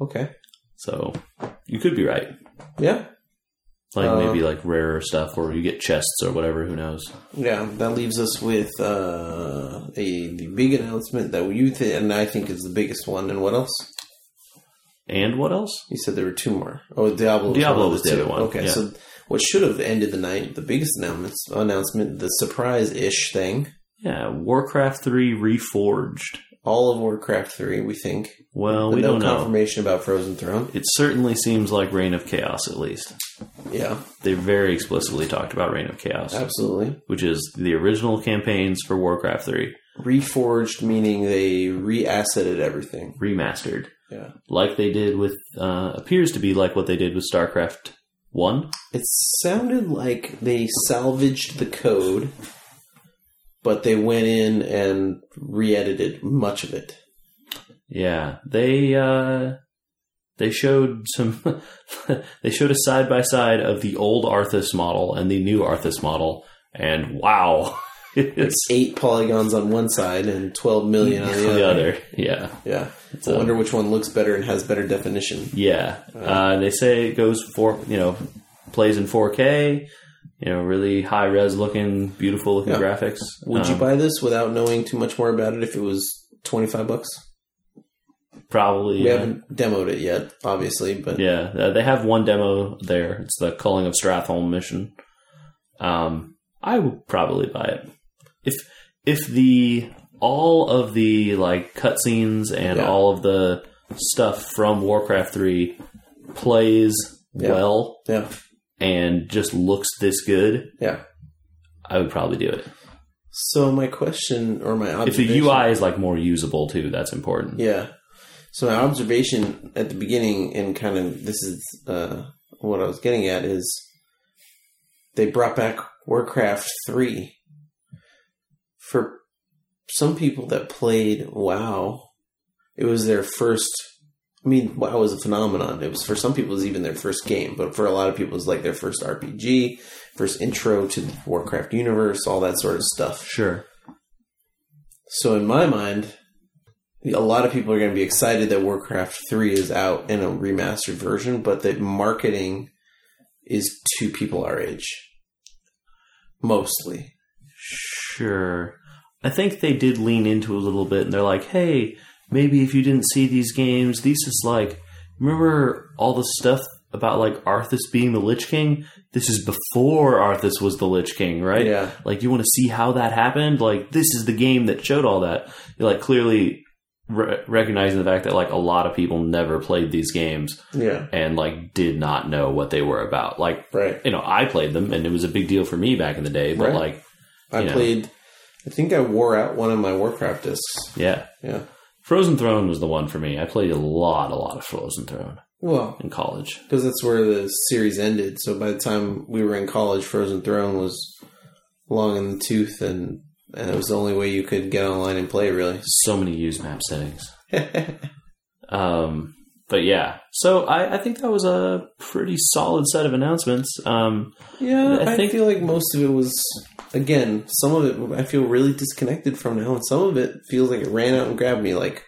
Speaker 1: Okay.
Speaker 2: So you could be right,
Speaker 1: Yeah.
Speaker 2: like
Speaker 1: Uh.
Speaker 2: maybe like rarer stuff or you get chests or whatever. Who knows?
Speaker 1: Yeah, that leaves us with uh, a the big announcement that you th- and I think is the biggest one. And what else?
Speaker 2: And what else?
Speaker 1: You said there were two more. Oh, Diablo.
Speaker 2: Diablo
Speaker 1: one of
Speaker 2: was the
Speaker 1: two.
Speaker 2: other one,
Speaker 1: Okay,
Speaker 2: yeah.
Speaker 1: so what should have ended the night, the biggest announcement, announcement, the surprise ish thing,
Speaker 2: Yeah, Warcraft three reforged.
Speaker 1: all of Warcraft three, we think.
Speaker 2: Well,
Speaker 1: But
Speaker 2: we
Speaker 1: no
Speaker 2: don't know.
Speaker 1: confirmation about Frozen Throne.
Speaker 2: It certainly seems like Reign of Chaos, at least.
Speaker 1: Yeah,
Speaker 2: They very explicitly talked about Reign of Chaos.
Speaker 1: absolutely.
Speaker 2: which is the original campaigns for Warcraft 3
Speaker 1: Reforged meaning they reasseted everything.
Speaker 2: remastered,
Speaker 1: Yeah.
Speaker 2: like they did with uh, appears to be like what they did with StarCraft 1.
Speaker 1: It sounded like they salvaged the code, but they went in and re-edited much of it.
Speaker 2: Yeah, they uh, they showed some <laughs> they showed a side by side of the old Arthas model and the new Arthas model, and wow, <laughs> it's
Speaker 1: Eight polygons on one side and twelve million on the other.
Speaker 2: the other. Yeah,
Speaker 1: Yeah. I
Speaker 2: a-
Speaker 1: wonder which one looks better and has better definition.
Speaker 2: yeah. Uh, they say it goes for you know plays in 4K. You know, really high res looking, beautiful looking
Speaker 1: Yeah.
Speaker 2: graphics.
Speaker 1: Would you
Speaker 2: Um,
Speaker 1: buy this without knowing too much more about it if it was twenty five bucks?
Speaker 2: Probably. uh,
Speaker 1: We
Speaker 2: yeah.
Speaker 1: haven't demoed it yet, obviously, but
Speaker 2: Yeah, uh, they have one demo there. It's the Calling of Strathholm mission. Um, I would probably buy it if if the all of the like cutscenes and
Speaker 1: Yeah.
Speaker 2: all of the stuff from Warcraft Three plays
Speaker 1: Yeah.
Speaker 2: well
Speaker 1: yeah.
Speaker 2: and just looks this good.
Speaker 1: Yeah.
Speaker 2: I would probably do it
Speaker 1: So my question or my
Speaker 2: if the
Speaker 1: observation
Speaker 2: UI is like more usable too. That's important.
Speaker 1: Yeah. So my observation at the beginning, and kind of this is uh, what I was getting at, is they brought back Warcraft three. For some people that played WoW, it was their first. I mean, WoW was a phenomenon. It was for some people, it was even their first game, but for a lot of people, it was like their first RPG, first intro to the Warcraft universe, all that sort of stuff.
Speaker 2: Sure.
Speaker 1: So in my mind, a lot of people are going to be excited that Warcraft 3 is out in a remastered version, but that marketing is to people our age. Mostly.
Speaker 2: Sure. I think they did lean into a little bit and they're like, hey, maybe if you didn't see these games, these is like, remember all the stuff about like Arthas being the Lich King? This is before Arthas was the Lich King, right?
Speaker 1: Yeah.
Speaker 2: Like, you want to see how that happened? Like, this is the game that showed all that. You're like, clearly re- recognizing the fact that like a lot of people never played these games
Speaker 1: Yeah.
Speaker 2: and like did not know what they were about. Like,
Speaker 1: Right.
Speaker 2: you know, I played them and it was a big deal for me back in the day, but
Speaker 1: Right.
Speaker 2: like,
Speaker 1: I
Speaker 2: Yeah.
Speaker 1: played, I think I wore out one of my Warcraft discs.
Speaker 2: yeah.
Speaker 1: Yeah.
Speaker 2: Frozen Throne was the one for me. I played a lot, a lot of Frozen Throne
Speaker 1: Well,
Speaker 2: in college.
Speaker 1: because that's where the series ended. So by the time we were in college, Frozen Throne was long in the tooth and And it was the only way you could get online and play, really. <laughs>
Speaker 2: So many use map settings. Um, but yeah, so I, I think that was a pretty solid set of announcements. Um,
Speaker 1: yeah,
Speaker 2: I
Speaker 1: I,
Speaker 2: think-
Speaker 1: feel like most of it was, again, some of it I feel really disconnected from now, and some of it feels like it ran out and grabbed me. Like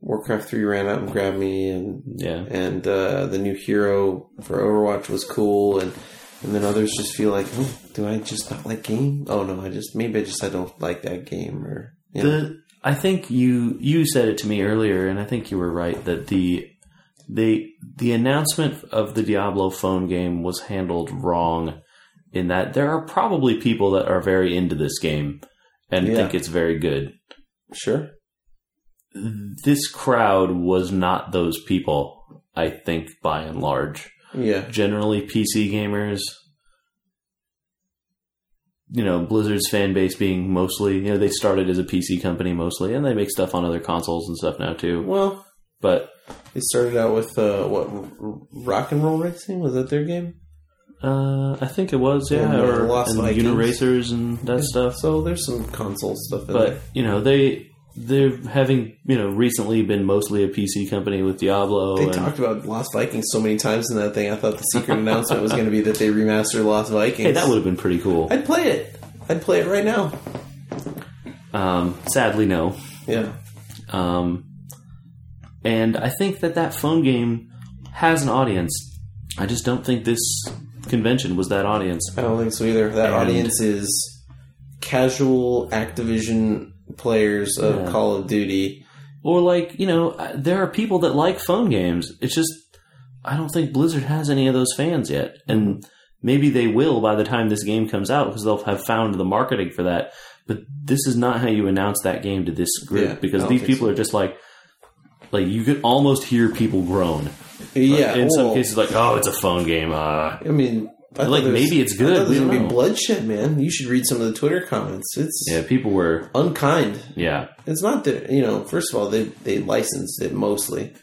Speaker 1: Warcraft 3 ran out and grabbed me, and
Speaker 2: yeah,
Speaker 1: and uh, the new hero for Overwatch was cool, and and then others just feel like, oh, do I just not like game? Oh no, I just maybe I just I don't like that game, or you know.
Speaker 2: The I think you you said it to me earlier, and I think you were right that the the the announcement of the Diablo phone game was handled wrong. In that there are probably people that are very into this game and
Speaker 1: Yeah.
Speaker 2: think it's very good.
Speaker 1: sure,
Speaker 2: This crowd was not those people. I think by and large,
Speaker 1: yeah,
Speaker 2: generally PC gamers. You know, Blizzard's fan base being mostly, you know, they started as a PC company mostly, and they make stuff on other consoles and stuff now too.
Speaker 1: well.
Speaker 2: But
Speaker 1: They started out with uh, what R- R- rock and roll racing was that their game?
Speaker 2: uh, I think it was, yeah,
Speaker 1: And the
Speaker 2: or
Speaker 1: Lost
Speaker 2: and
Speaker 1: Vikings.
Speaker 2: Uniracers and that stuff.
Speaker 1: So there's some console stuff in
Speaker 2: But
Speaker 1: there.
Speaker 2: you know, they they're having you know recently been mostly a PC company with Diablo.
Speaker 1: They
Speaker 2: and,
Speaker 1: talked about Lost Vikings so many times in that thing. I thought the
Speaker 2: <laughs>
Speaker 1: secret announcement was going to be that they remastered Lost Vikings.
Speaker 2: hey, that would have been pretty cool.
Speaker 1: I'd play it. I'd play it right now.
Speaker 2: Um, sadly, no.
Speaker 1: Yeah.
Speaker 2: Um, and I think that that phone game has an audience. I just don't think this convention was that audience.
Speaker 1: I don't think so either. That
Speaker 2: And-
Speaker 1: audience is casual Activision players of
Speaker 2: Yeah.
Speaker 1: Call of Duty.
Speaker 2: Or like, you know, I- there are people that like phone games. It's just I don't think Blizzard has any of those fans yet. And maybe they will by the time this game comes out because they'll have found the marketing for that. But this is not how you announce that game to this group
Speaker 1: Yeah, I
Speaker 2: because
Speaker 1: don't
Speaker 2: these
Speaker 1: think
Speaker 2: people are just like like you could almost hear people groan.
Speaker 1: Yeah,
Speaker 2: In some
Speaker 1: well,
Speaker 2: cases like, "Oh, it's a phone game." Uh
Speaker 1: I mean, I
Speaker 2: Like,
Speaker 1: thought there was-
Speaker 2: maybe it's
Speaker 1: I
Speaker 2: good,
Speaker 1: thought
Speaker 2: we
Speaker 1: There's
Speaker 2: don't
Speaker 1: gonna
Speaker 2: know.
Speaker 1: be bloodshed, man. You should read some of the Twitter comments. It's
Speaker 2: Yeah, people were.
Speaker 1: unkind.
Speaker 2: Yeah,
Speaker 1: It's not that you know. First of all, they they licensed it mostly,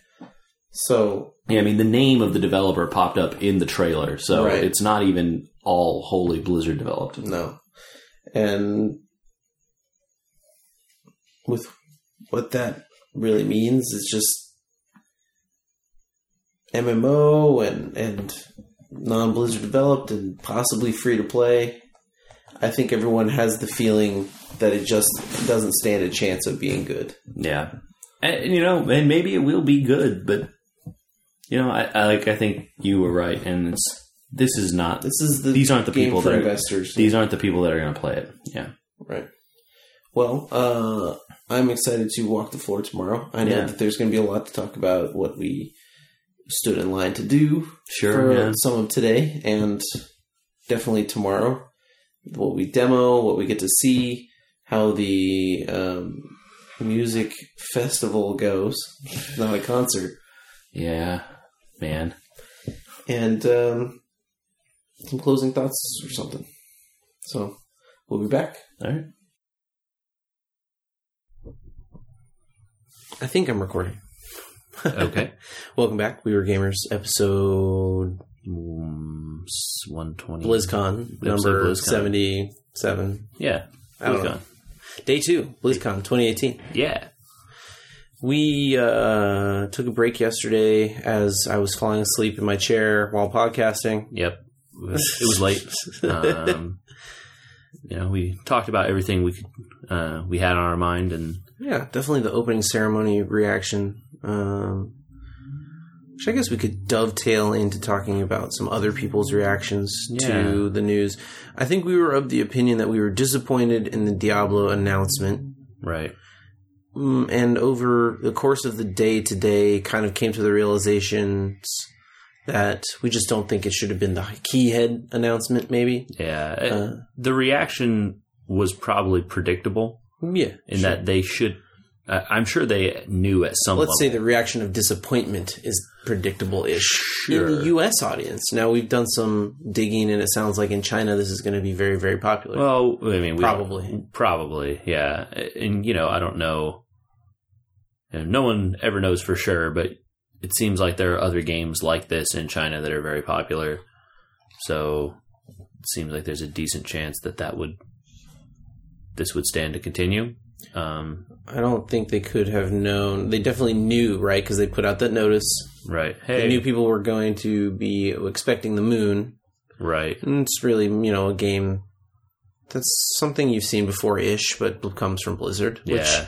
Speaker 1: so
Speaker 2: yeah. I mean, the name of the developer popped up in the trailer, so
Speaker 1: Right.
Speaker 2: it's not even all wholly Blizzard developed.
Speaker 1: no. And with what that really means is just MMO and and non Blizzard developed and possibly free to play. I think everyone has the feeling that it just doesn't stand a chance of being good.
Speaker 2: Yeah, and and, you know, and maybe it will be good, but you know, I, I like. I think you were right, and it's this is not.
Speaker 1: This is the
Speaker 2: These aren't the
Speaker 1: game
Speaker 2: people
Speaker 1: for
Speaker 2: that are-
Speaker 1: investors.
Speaker 2: These aren't the people that are going to play it. Yeah,
Speaker 1: Right. Well, uh, I'm excited to walk the floor tomorrow. I know
Speaker 2: Yeah.
Speaker 1: that there's going to be a lot to talk about what we stood in line to do
Speaker 2: sure.
Speaker 1: for
Speaker 2: yeah.
Speaker 1: some of today and definitely tomorrow. What we demo, what we get to see, how the um, music festival goes, <laughs> not a concert.
Speaker 2: yeah, man.
Speaker 1: And um, some closing thoughts or something. So we'll be back.
Speaker 2: All right. <laughs>
Speaker 1: I think I'm recording.
Speaker 2: Okay.
Speaker 1: Welcome back. We were gamers episode
Speaker 2: Mm, One twenty.
Speaker 1: BlizzCon
Speaker 2: Episode
Speaker 1: number
Speaker 2: BlizzCon.
Speaker 1: 77.
Speaker 2: Yeah.
Speaker 1: I don't know. Day 2, BlizzCon 2018.
Speaker 2: Yeah.
Speaker 1: We uh, took a break yesterday as I was falling asleep in my chair while podcasting.
Speaker 2: Yep. It was, it was late.
Speaker 1: <laughs>
Speaker 2: Um, you know, we talked about everything we could, uh, we had on our mind, and
Speaker 1: Yeah, definitely the opening ceremony reaction. Um, which I guess we could dovetail into talking about some other people's reactions
Speaker 2: Yeah.
Speaker 1: to the news. I think we were of the opinion that we were disappointed in the Diablo announcement.
Speaker 2: right.
Speaker 1: Mm, and over the course of the day today, kind of came to the realizations that we just don't think it should have been the keyhead announcement. Maybe,
Speaker 2: Yeah. It-
Speaker 1: uh,
Speaker 2: the reaction was probably predictable
Speaker 1: yeah.
Speaker 2: in
Speaker 1: sure.
Speaker 2: that they should. Uh, I'm sure they knew at some.
Speaker 1: let's say
Speaker 2: level.
Speaker 1: the reaction of disappointment is predictable-ish
Speaker 2: Sure.
Speaker 1: in the U.S. audience. Now we've done some digging, and it sounds like in China this is going to be very, very popular.
Speaker 2: Well, I mean, we,
Speaker 1: Probably.
Speaker 2: probably, yeah. And you know, I don't know. You know, No one ever knows for sure, but it seems like there are other games like this in China that are very popular. So it seems like there's a decent chance that that would this would stand to continue. Um,
Speaker 1: I don't think they could have known. They definitely knew, right? Because they put out that notice.
Speaker 2: right.
Speaker 1: They knew
Speaker 2: Hey.
Speaker 1: people were going to be expecting the moon.
Speaker 2: Right.
Speaker 1: And it's really, you know, a game that's something you've seen before ish, but comes from Blizzard. Which
Speaker 2: yeah.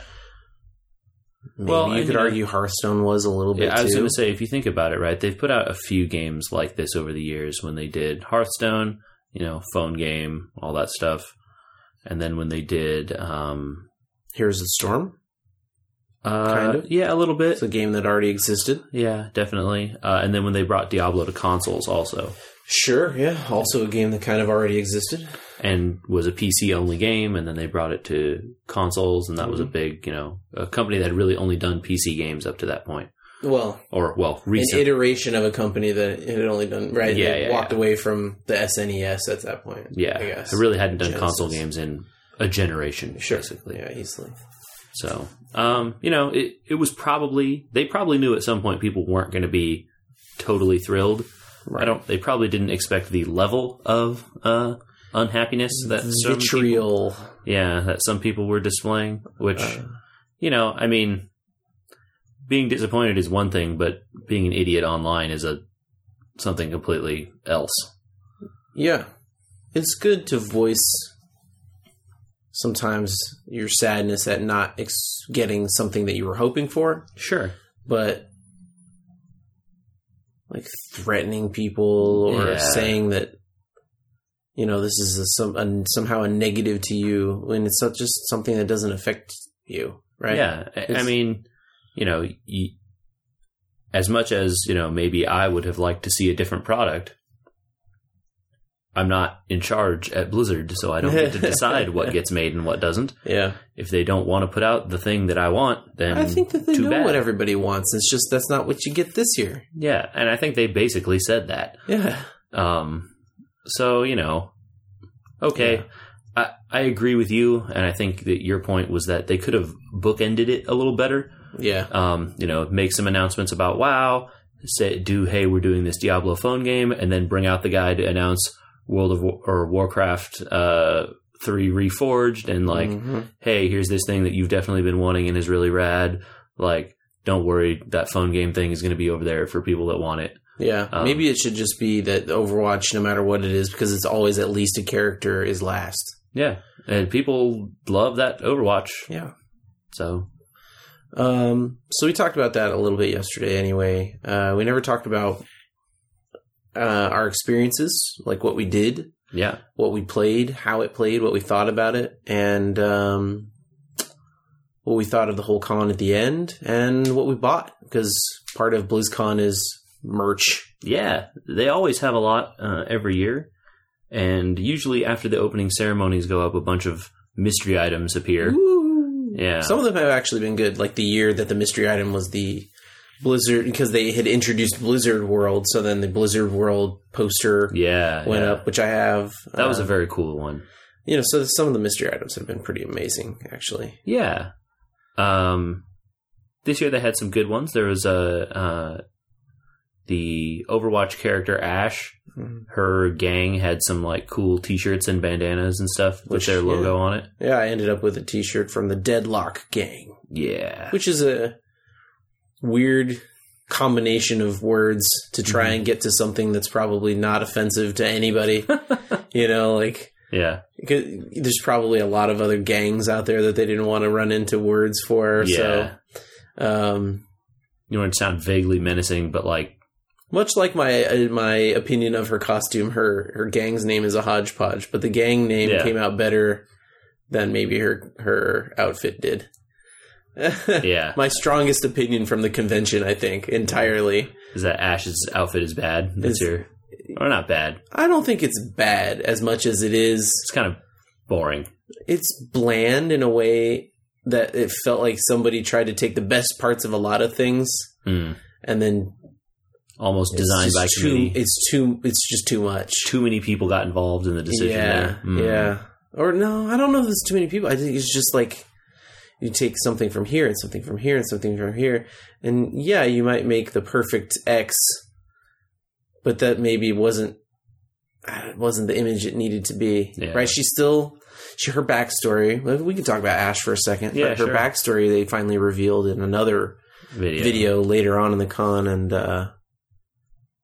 Speaker 1: maybe
Speaker 2: Well,
Speaker 1: you
Speaker 2: and,
Speaker 1: could
Speaker 2: you know-
Speaker 1: argue Hearthstone was a little bit
Speaker 2: Yeah, I was
Speaker 1: too.
Speaker 2: going to say, if you think about it, right, they've put out a few games like this over the years when they did Hearthstone, you know, phone game, all that stuff. And then when they did, um,
Speaker 1: Here's the Storm.
Speaker 2: uh,
Speaker 1: Kind of.
Speaker 2: yeah, a little bit.
Speaker 1: It's a game that already existed.
Speaker 2: yeah, definitely. Uh, and then when they brought Diablo to consoles also
Speaker 1: Sure, yeah. Also a game that kind of already existed.
Speaker 2: and was a PC only game. And then they brought it to consoles. And that was a
Speaker 1: Mhm.
Speaker 2: big, you know, a company that had really only done PC games up to that point
Speaker 1: Well,
Speaker 2: or, well,
Speaker 1: an
Speaker 2: recent.
Speaker 1: iteration of a company that it had only done right.
Speaker 2: Yeah,
Speaker 1: they
Speaker 2: yeah,
Speaker 1: walked away from the SNES at that point.
Speaker 2: yeah.
Speaker 1: I guess.
Speaker 2: I really hadn't done console
Speaker 1: Genesis.
Speaker 2: games in a generation,
Speaker 1: Sure.
Speaker 2: basically.
Speaker 1: Yeah, easily.
Speaker 2: So, um, you know, it, it was probably, they probably knew at some point people weren't going to be totally thrilled. I don't, they probably didn't expect the level of, uh, unhappiness that some people,
Speaker 1: Vitriol.
Speaker 2: yeah, that some people were displaying, which,
Speaker 1: Uh,
Speaker 2: you know, I mean, being disappointed is one thing, but being an idiot online is a, something completely else.
Speaker 1: yeah, it's good to voice sometimes your sadness at not ex- getting something that you were hoping for,
Speaker 2: Sure.
Speaker 1: but like threatening people or
Speaker 2: Yeah.
Speaker 1: saying that you know this is a, some a, somehow a negative to you when it's not just something that doesn't affect you, right?
Speaker 2: Yeah, I- I
Speaker 1: It's-
Speaker 2: mean, you know, you, as much as you know, maybe I would have liked to see a different product. I'm not in charge at Blizzard, so I don't
Speaker 1: <laughs>
Speaker 2: get to decide what gets made and what doesn't.
Speaker 1: yeah.
Speaker 2: If they don't want to put out the thing that I want, then
Speaker 1: I think that they
Speaker 2: too
Speaker 1: know
Speaker 2: bad.
Speaker 1: what everybody wants. It's just that's not what you get this year.
Speaker 2: yeah, and I think they basically said that.
Speaker 1: Yeah.
Speaker 2: Um, so you know, okay,
Speaker 1: Yeah.
Speaker 2: I I agree with you, and I think that your point was that they could have bookended it a little better.
Speaker 1: Yeah.
Speaker 2: um, you know, make some announcements about WoW, say, do hey, we're doing this Diablo phone game, and then bring out the guy to announce World of War- or Warcraft uh, three reforged, and like,
Speaker 1: Mhm.
Speaker 2: hey, here's this thing that you've definitely been wanting and is really rad. Like, don't worry, that phone game thing is going to be over there for people that want it.
Speaker 1: yeah.
Speaker 2: um,
Speaker 1: Maybe it should just be that Overwatch, no matter what it is, because it's always at least a character is last.
Speaker 2: Yeah, and people love that Overwatch,
Speaker 1: Yeah.
Speaker 2: so
Speaker 1: Um, so we talked about that a little bit yesterday. Anyway, uh, we never talked about uh, our experiences, like what we did,
Speaker 2: yeah,
Speaker 1: what we played, how it played, what we thought about it, and um, what we thought of the whole con at the end, and what we bought because part of BlizzCon is merch.
Speaker 2: yeah. They always have a lot uh, every year. And usually after the opening ceremonies go up, a bunch of mystery items appear.
Speaker 1: Woo.
Speaker 2: Yeah.
Speaker 1: Some of them have actually been good. Like the year that the mystery item was the Blizzard, because they had introduced Blizzard World, so then the Blizzard World poster
Speaker 2: yeah.
Speaker 1: went
Speaker 2: yeah.
Speaker 1: up, which I have.
Speaker 2: That was a
Speaker 1: Uh,
Speaker 2: very cool one.
Speaker 1: you know, so some of the mystery items have been pretty amazing, actually.
Speaker 2: Yeah. Um, this year they had some good ones. There was a uh, the Overwatch character Ash. Her gang had some like cool T-shirts and bandanas and stuff with
Speaker 1: Which-
Speaker 2: their logo on it.
Speaker 1: Yeah, I ended up with a T-shirt from the Deadlock Gang,
Speaker 2: Yeah.
Speaker 1: which is a weird combination of words to try
Speaker 2: Mm-hmm.
Speaker 1: and get to something that's probably not offensive to
Speaker 2: <laughs>
Speaker 1: anybody. you know, like.
Speaker 2: Yeah.
Speaker 1: 'cause There's probably a lot of other gangs out there that they didn't want to run into words for.
Speaker 2: yeah.
Speaker 1: So, um,
Speaker 2: You want it to sound vaguely menacing, but like
Speaker 1: Much like my uh, my opinion of her costume, her her gang's name is a hodgepodge, but the gang name
Speaker 2: Yeah.
Speaker 1: came out better than maybe her her outfit did.
Speaker 2: yeah,
Speaker 1: <laughs> my strongest opinion from the convention, I think, entirely.
Speaker 2: is that Ash's outfit is bad?
Speaker 1: It's-
Speaker 2: That's your or not bad.
Speaker 1: I don't think it's bad as much as it is.
Speaker 2: It's kind of boring.
Speaker 1: It's bland in a way that it felt like somebody tried to take the best parts of a lot of things
Speaker 2: Hmm.
Speaker 1: and then
Speaker 2: Almost
Speaker 1: it's
Speaker 2: designed by
Speaker 1: just too,
Speaker 2: committee.
Speaker 1: it's too it's just too much.
Speaker 2: too many people got involved in the decision
Speaker 1: yeah,
Speaker 2: there. Mm.
Speaker 1: Yeah. Or no, I don't know if there's too many people. I think it's just like you take something from here and something from here and something from here. And yeah, you might make the perfect X, but that maybe uh, wasn't it wasn't the image it needed to be.
Speaker 2: Yeah.
Speaker 1: Right? She still she her backstory. We can talk about Ash for a second.
Speaker 2: Yeah,
Speaker 1: but her
Speaker 2: sure.
Speaker 1: backstory they finally revealed in another
Speaker 2: Video.
Speaker 1: video later on in the con, and uh,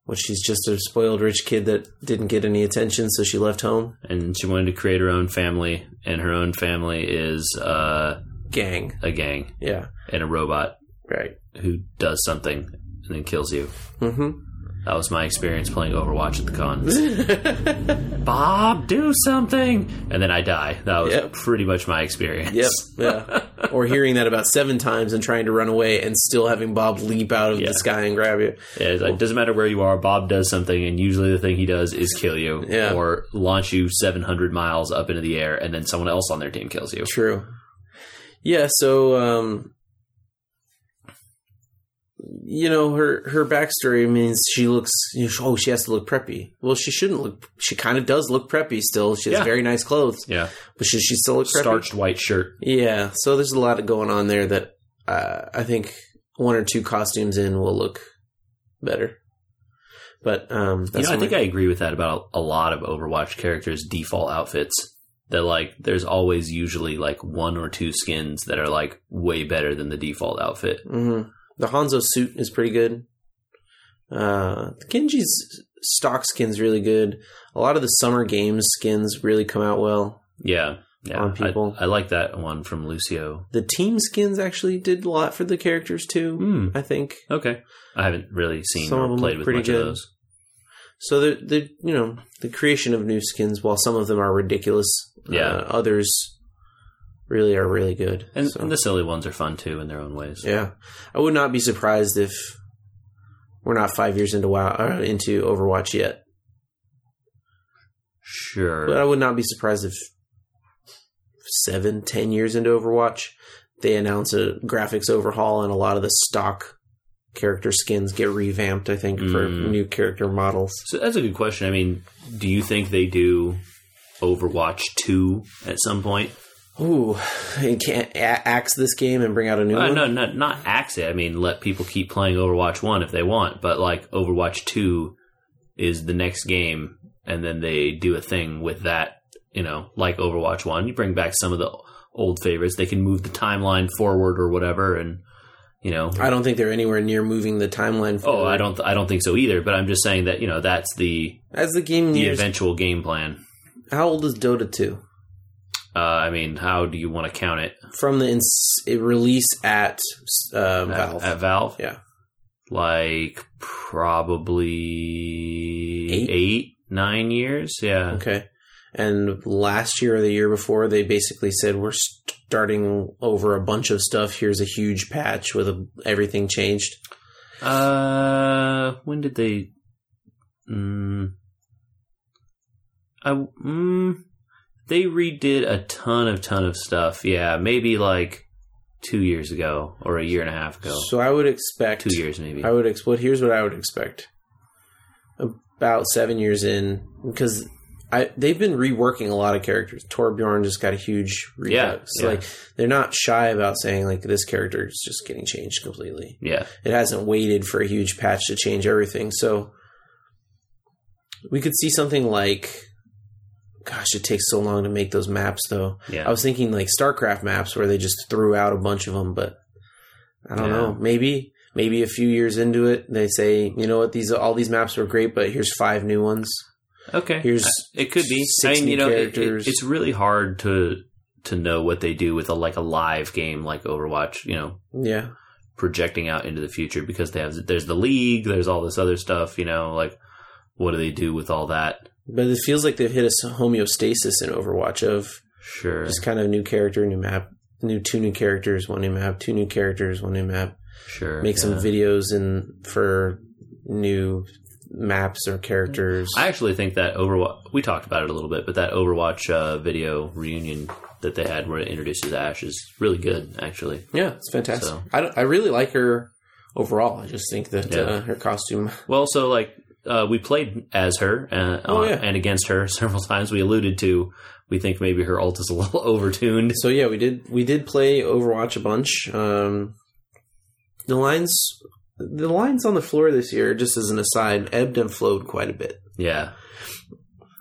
Speaker 1: well, she's just a spoiled rich kid that didn't get any attention, so she left home.
Speaker 2: And she wanted to create her own family, and her own family is uh,
Speaker 1: Gang,
Speaker 2: a gang
Speaker 1: yeah,
Speaker 2: and a robot
Speaker 1: right.
Speaker 2: who does something and then kills you.
Speaker 1: <laughs> Mm-hmm.
Speaker 2: That was my experience playing Overwatch at the con. Bob, do something! And then I die. That was
Speaker 1: Yep.
Speaker 2: pretty much my experience.
Speaker 1: Yep. Yeah. or hearing that about seven times and trying to run away and still having Bob leap out of
Speaker 2: Yeah.
Speaker 1: the sky and grab you.
Speaker 2: Yeah, it's like, it doesn't matter where you are, Bob does something, and usually the thing he does is kill you
Speaker 1: Yeah.
Speaker 2: or launch you 700 miles up into the air, and then someone else on their team kills you.
Speaker 1: True. Yeah, so um you know her her backstory means she looks you know, oh she has to look preppy. Well, she shouldn't look she kind of does look preppy still. She has
Speaker 2: Yeah.
Speaker 1: very nice clothes,
Speaker 2: Yeah.
Speaker 1: but should she still look preppy?
Speaker 2: Starched white shirt.
Speaker 1: Yeah, so there's a lot going on there that uh, I think one or two costumes in will look better. But um
Speaker 2: You know, I
Speaker 1: what
Speaker 2: think I agree with that about a lot of Overwatch characters' default outfits. That like, there's always usually like one or two skins that are like way better than the default outfit.
Speaker 1: hmm The Hanzo suit is pretty good. Uh, Genji's stock skin's really good. A lot of the summer games skins really come out well.
Speaker 2: Yeah, yeah.
Speaker 1: On
Speaker 2: I-
Speaker 1: people.
Speaker 2: I, like that one from Lucio.
Speaker 1: The team skins actually did a lot for the characters too.
Speaker 2: Hmm.
Speaker 1: I think
Speaker 2: Okay, I haven't really seen
Speaker 1: Some of
Speaker 2: or
Speaker 1: them look
Speaker 2: played with
Speaker 1: pretty
Speaker 2: much
Speaker 1: good.
Speaker 2: of those.
Speaker 1: so. The the you know the creation of new skins, while some of them are ridiculous,
Speaker 2: Yeah.
Speaker 1: uh, others really are really good.
Speaker 2: And,
Speaker 1: So,
Speaker 2: and the silly ones are fun too in their own ways.
Speaker 1: yeah, I would not be surprised if we're not five years into WoW uh, into Overwatch yet.
Speaker 2: Sure.
Speaker 1: But I would not be surprised if seven, ten years into Overwatch, they announce a graphics overhaul and a lot of the stock character skins get revamped, I think, for
Speaker 2: Mm.
Speaker 1: new character models.
Speaker 2: So that's a good question. I mean, do you think they do Overwatch 2 at some point?
Speaker 1: Ooh, and can't a- axe this game and bring out a new
Speaker 2: Uh,
Speaker 1: one?
Speaker 2: no, not not axe it. I mean, let people keep playing Overwatch 1 if they want, but like Overwatch 2 is the next game and then they do a thing with that, you know, like Overwatch 1, you bring back some of the old favorites. They can move the timeline forward or whatever and you know,
Speaker 1: I don't think they're anywhere near moving the timeline
Speaker 2: oh,
Speaker 1: forward.
Speaker 2: I don't I don't think so either, but I'm just saying that, you know, that's the
Speaker 1: As the game
Speaker 2: the
Speaker 1: nears,
Speaker 2: eventual game plan.
Speaker 1: how old is Dota 2?
Speaker 2: Uh, I mean, how do you want to count it?
Speaker 1: From the ins- it release at um,
Speaker 2: At-
Speaker 1: Valve.
Speaker 2: At, Valve?
Speaker 1: Yeah.
Speaker 2: Like probably
Speaker 1: Eight?
Speaker 2: eight, nine years. Yeah.
Speaker 1: Okay. And last year or the year before, they basically said we're starting over a bunch of stuff. Here's a huge patch with a, everything changed.
Speaker 2: Uh, when did they? Mm, I mm, they redid a ton of ton of stuff. Yeah, maybe like two years ago or a year and a half ago.
Speaker 1: So I would expect
Speaker 2: two years maybe.
Speaker 1: I would ex- well, here's what I would expect. About seven years in, because I they've been reworking a lot of characters. Torbjorn just got a huge rework.
Speaker 2: Yeah,
Speaker 1: so
Speaker 2: yeah.
Speaker 1: like they're not shy about saying like this character is just getting changed completely.
Speaker 2: yeah.
Speaker 1: it hasn't waited for a huge patch to change everything. So we could see something like, gosh, it takes so long to make those maps, though.
Speaker 2: Yeah.
Speaker 1: I was thinking like StarCraft maps where they just threw out a bunch of them, but I don't
Speaker 2: Yeah.
Speaker 1: know. Maybe, maybe a few years into it, they say, you know what, these all these maps were great, but here's five new ones.
Speaker 2: Okay.
Speaker 1: Here's
Speaker 2: it could be.
Speaker 1: six
Speaker 2: I mean, you
Speaker 1: new
Speaker 2: know, it- it-
Speaker 1: characters.
Speaker 2: it's really hard to to know what they do with a like a live game like Overwatch. You know,
Speaker 1: yeah,
Speaker 2: projecting out into the future because they have there's the league, there's all this other stuff. You know, like what do they do with all that?
Speaker 1: but it feels like they've hit a s- homeostasis in Overwatch of
Speaker 2: Sure,
Speaker 1: just kind of new character, new map, new two new characters, one new map, two new characters, one new map.
Speaker 2: sure.
Speaker 1: make some
Speaker 2: yeah.
Speaker 1: videos and for new maps or characters.
Speaker 2: I actually think that Overwatch. We talked about it a little bit, but that Overwatch uh, video reunion that they had where it introduces Ash is really good, actually.
Speaker 1: yeah, it's fantastic.
Speaker 2: So-
Speaker 1: I, don't- I really like her overall. I just think that
Speaker 2: Yeah.
Speaker 1: uh, her costume.
Speaker 2: Well, so like uh, we played as her uh,
Speaker 1: Oh,
Speaker 2: on-
Speaker 1: yeah.
Speaker 2: and against her <laughs> several times. We alluded to we think maybe her ult is a little <laughs> overtuned.
Speaker 1: So yeah, we did we did play Overwatch a bunch. Um, the lines the lines on the floor this year, just as an aside, ebbed and flowed quite a bit.
Speaker 2: Yeah,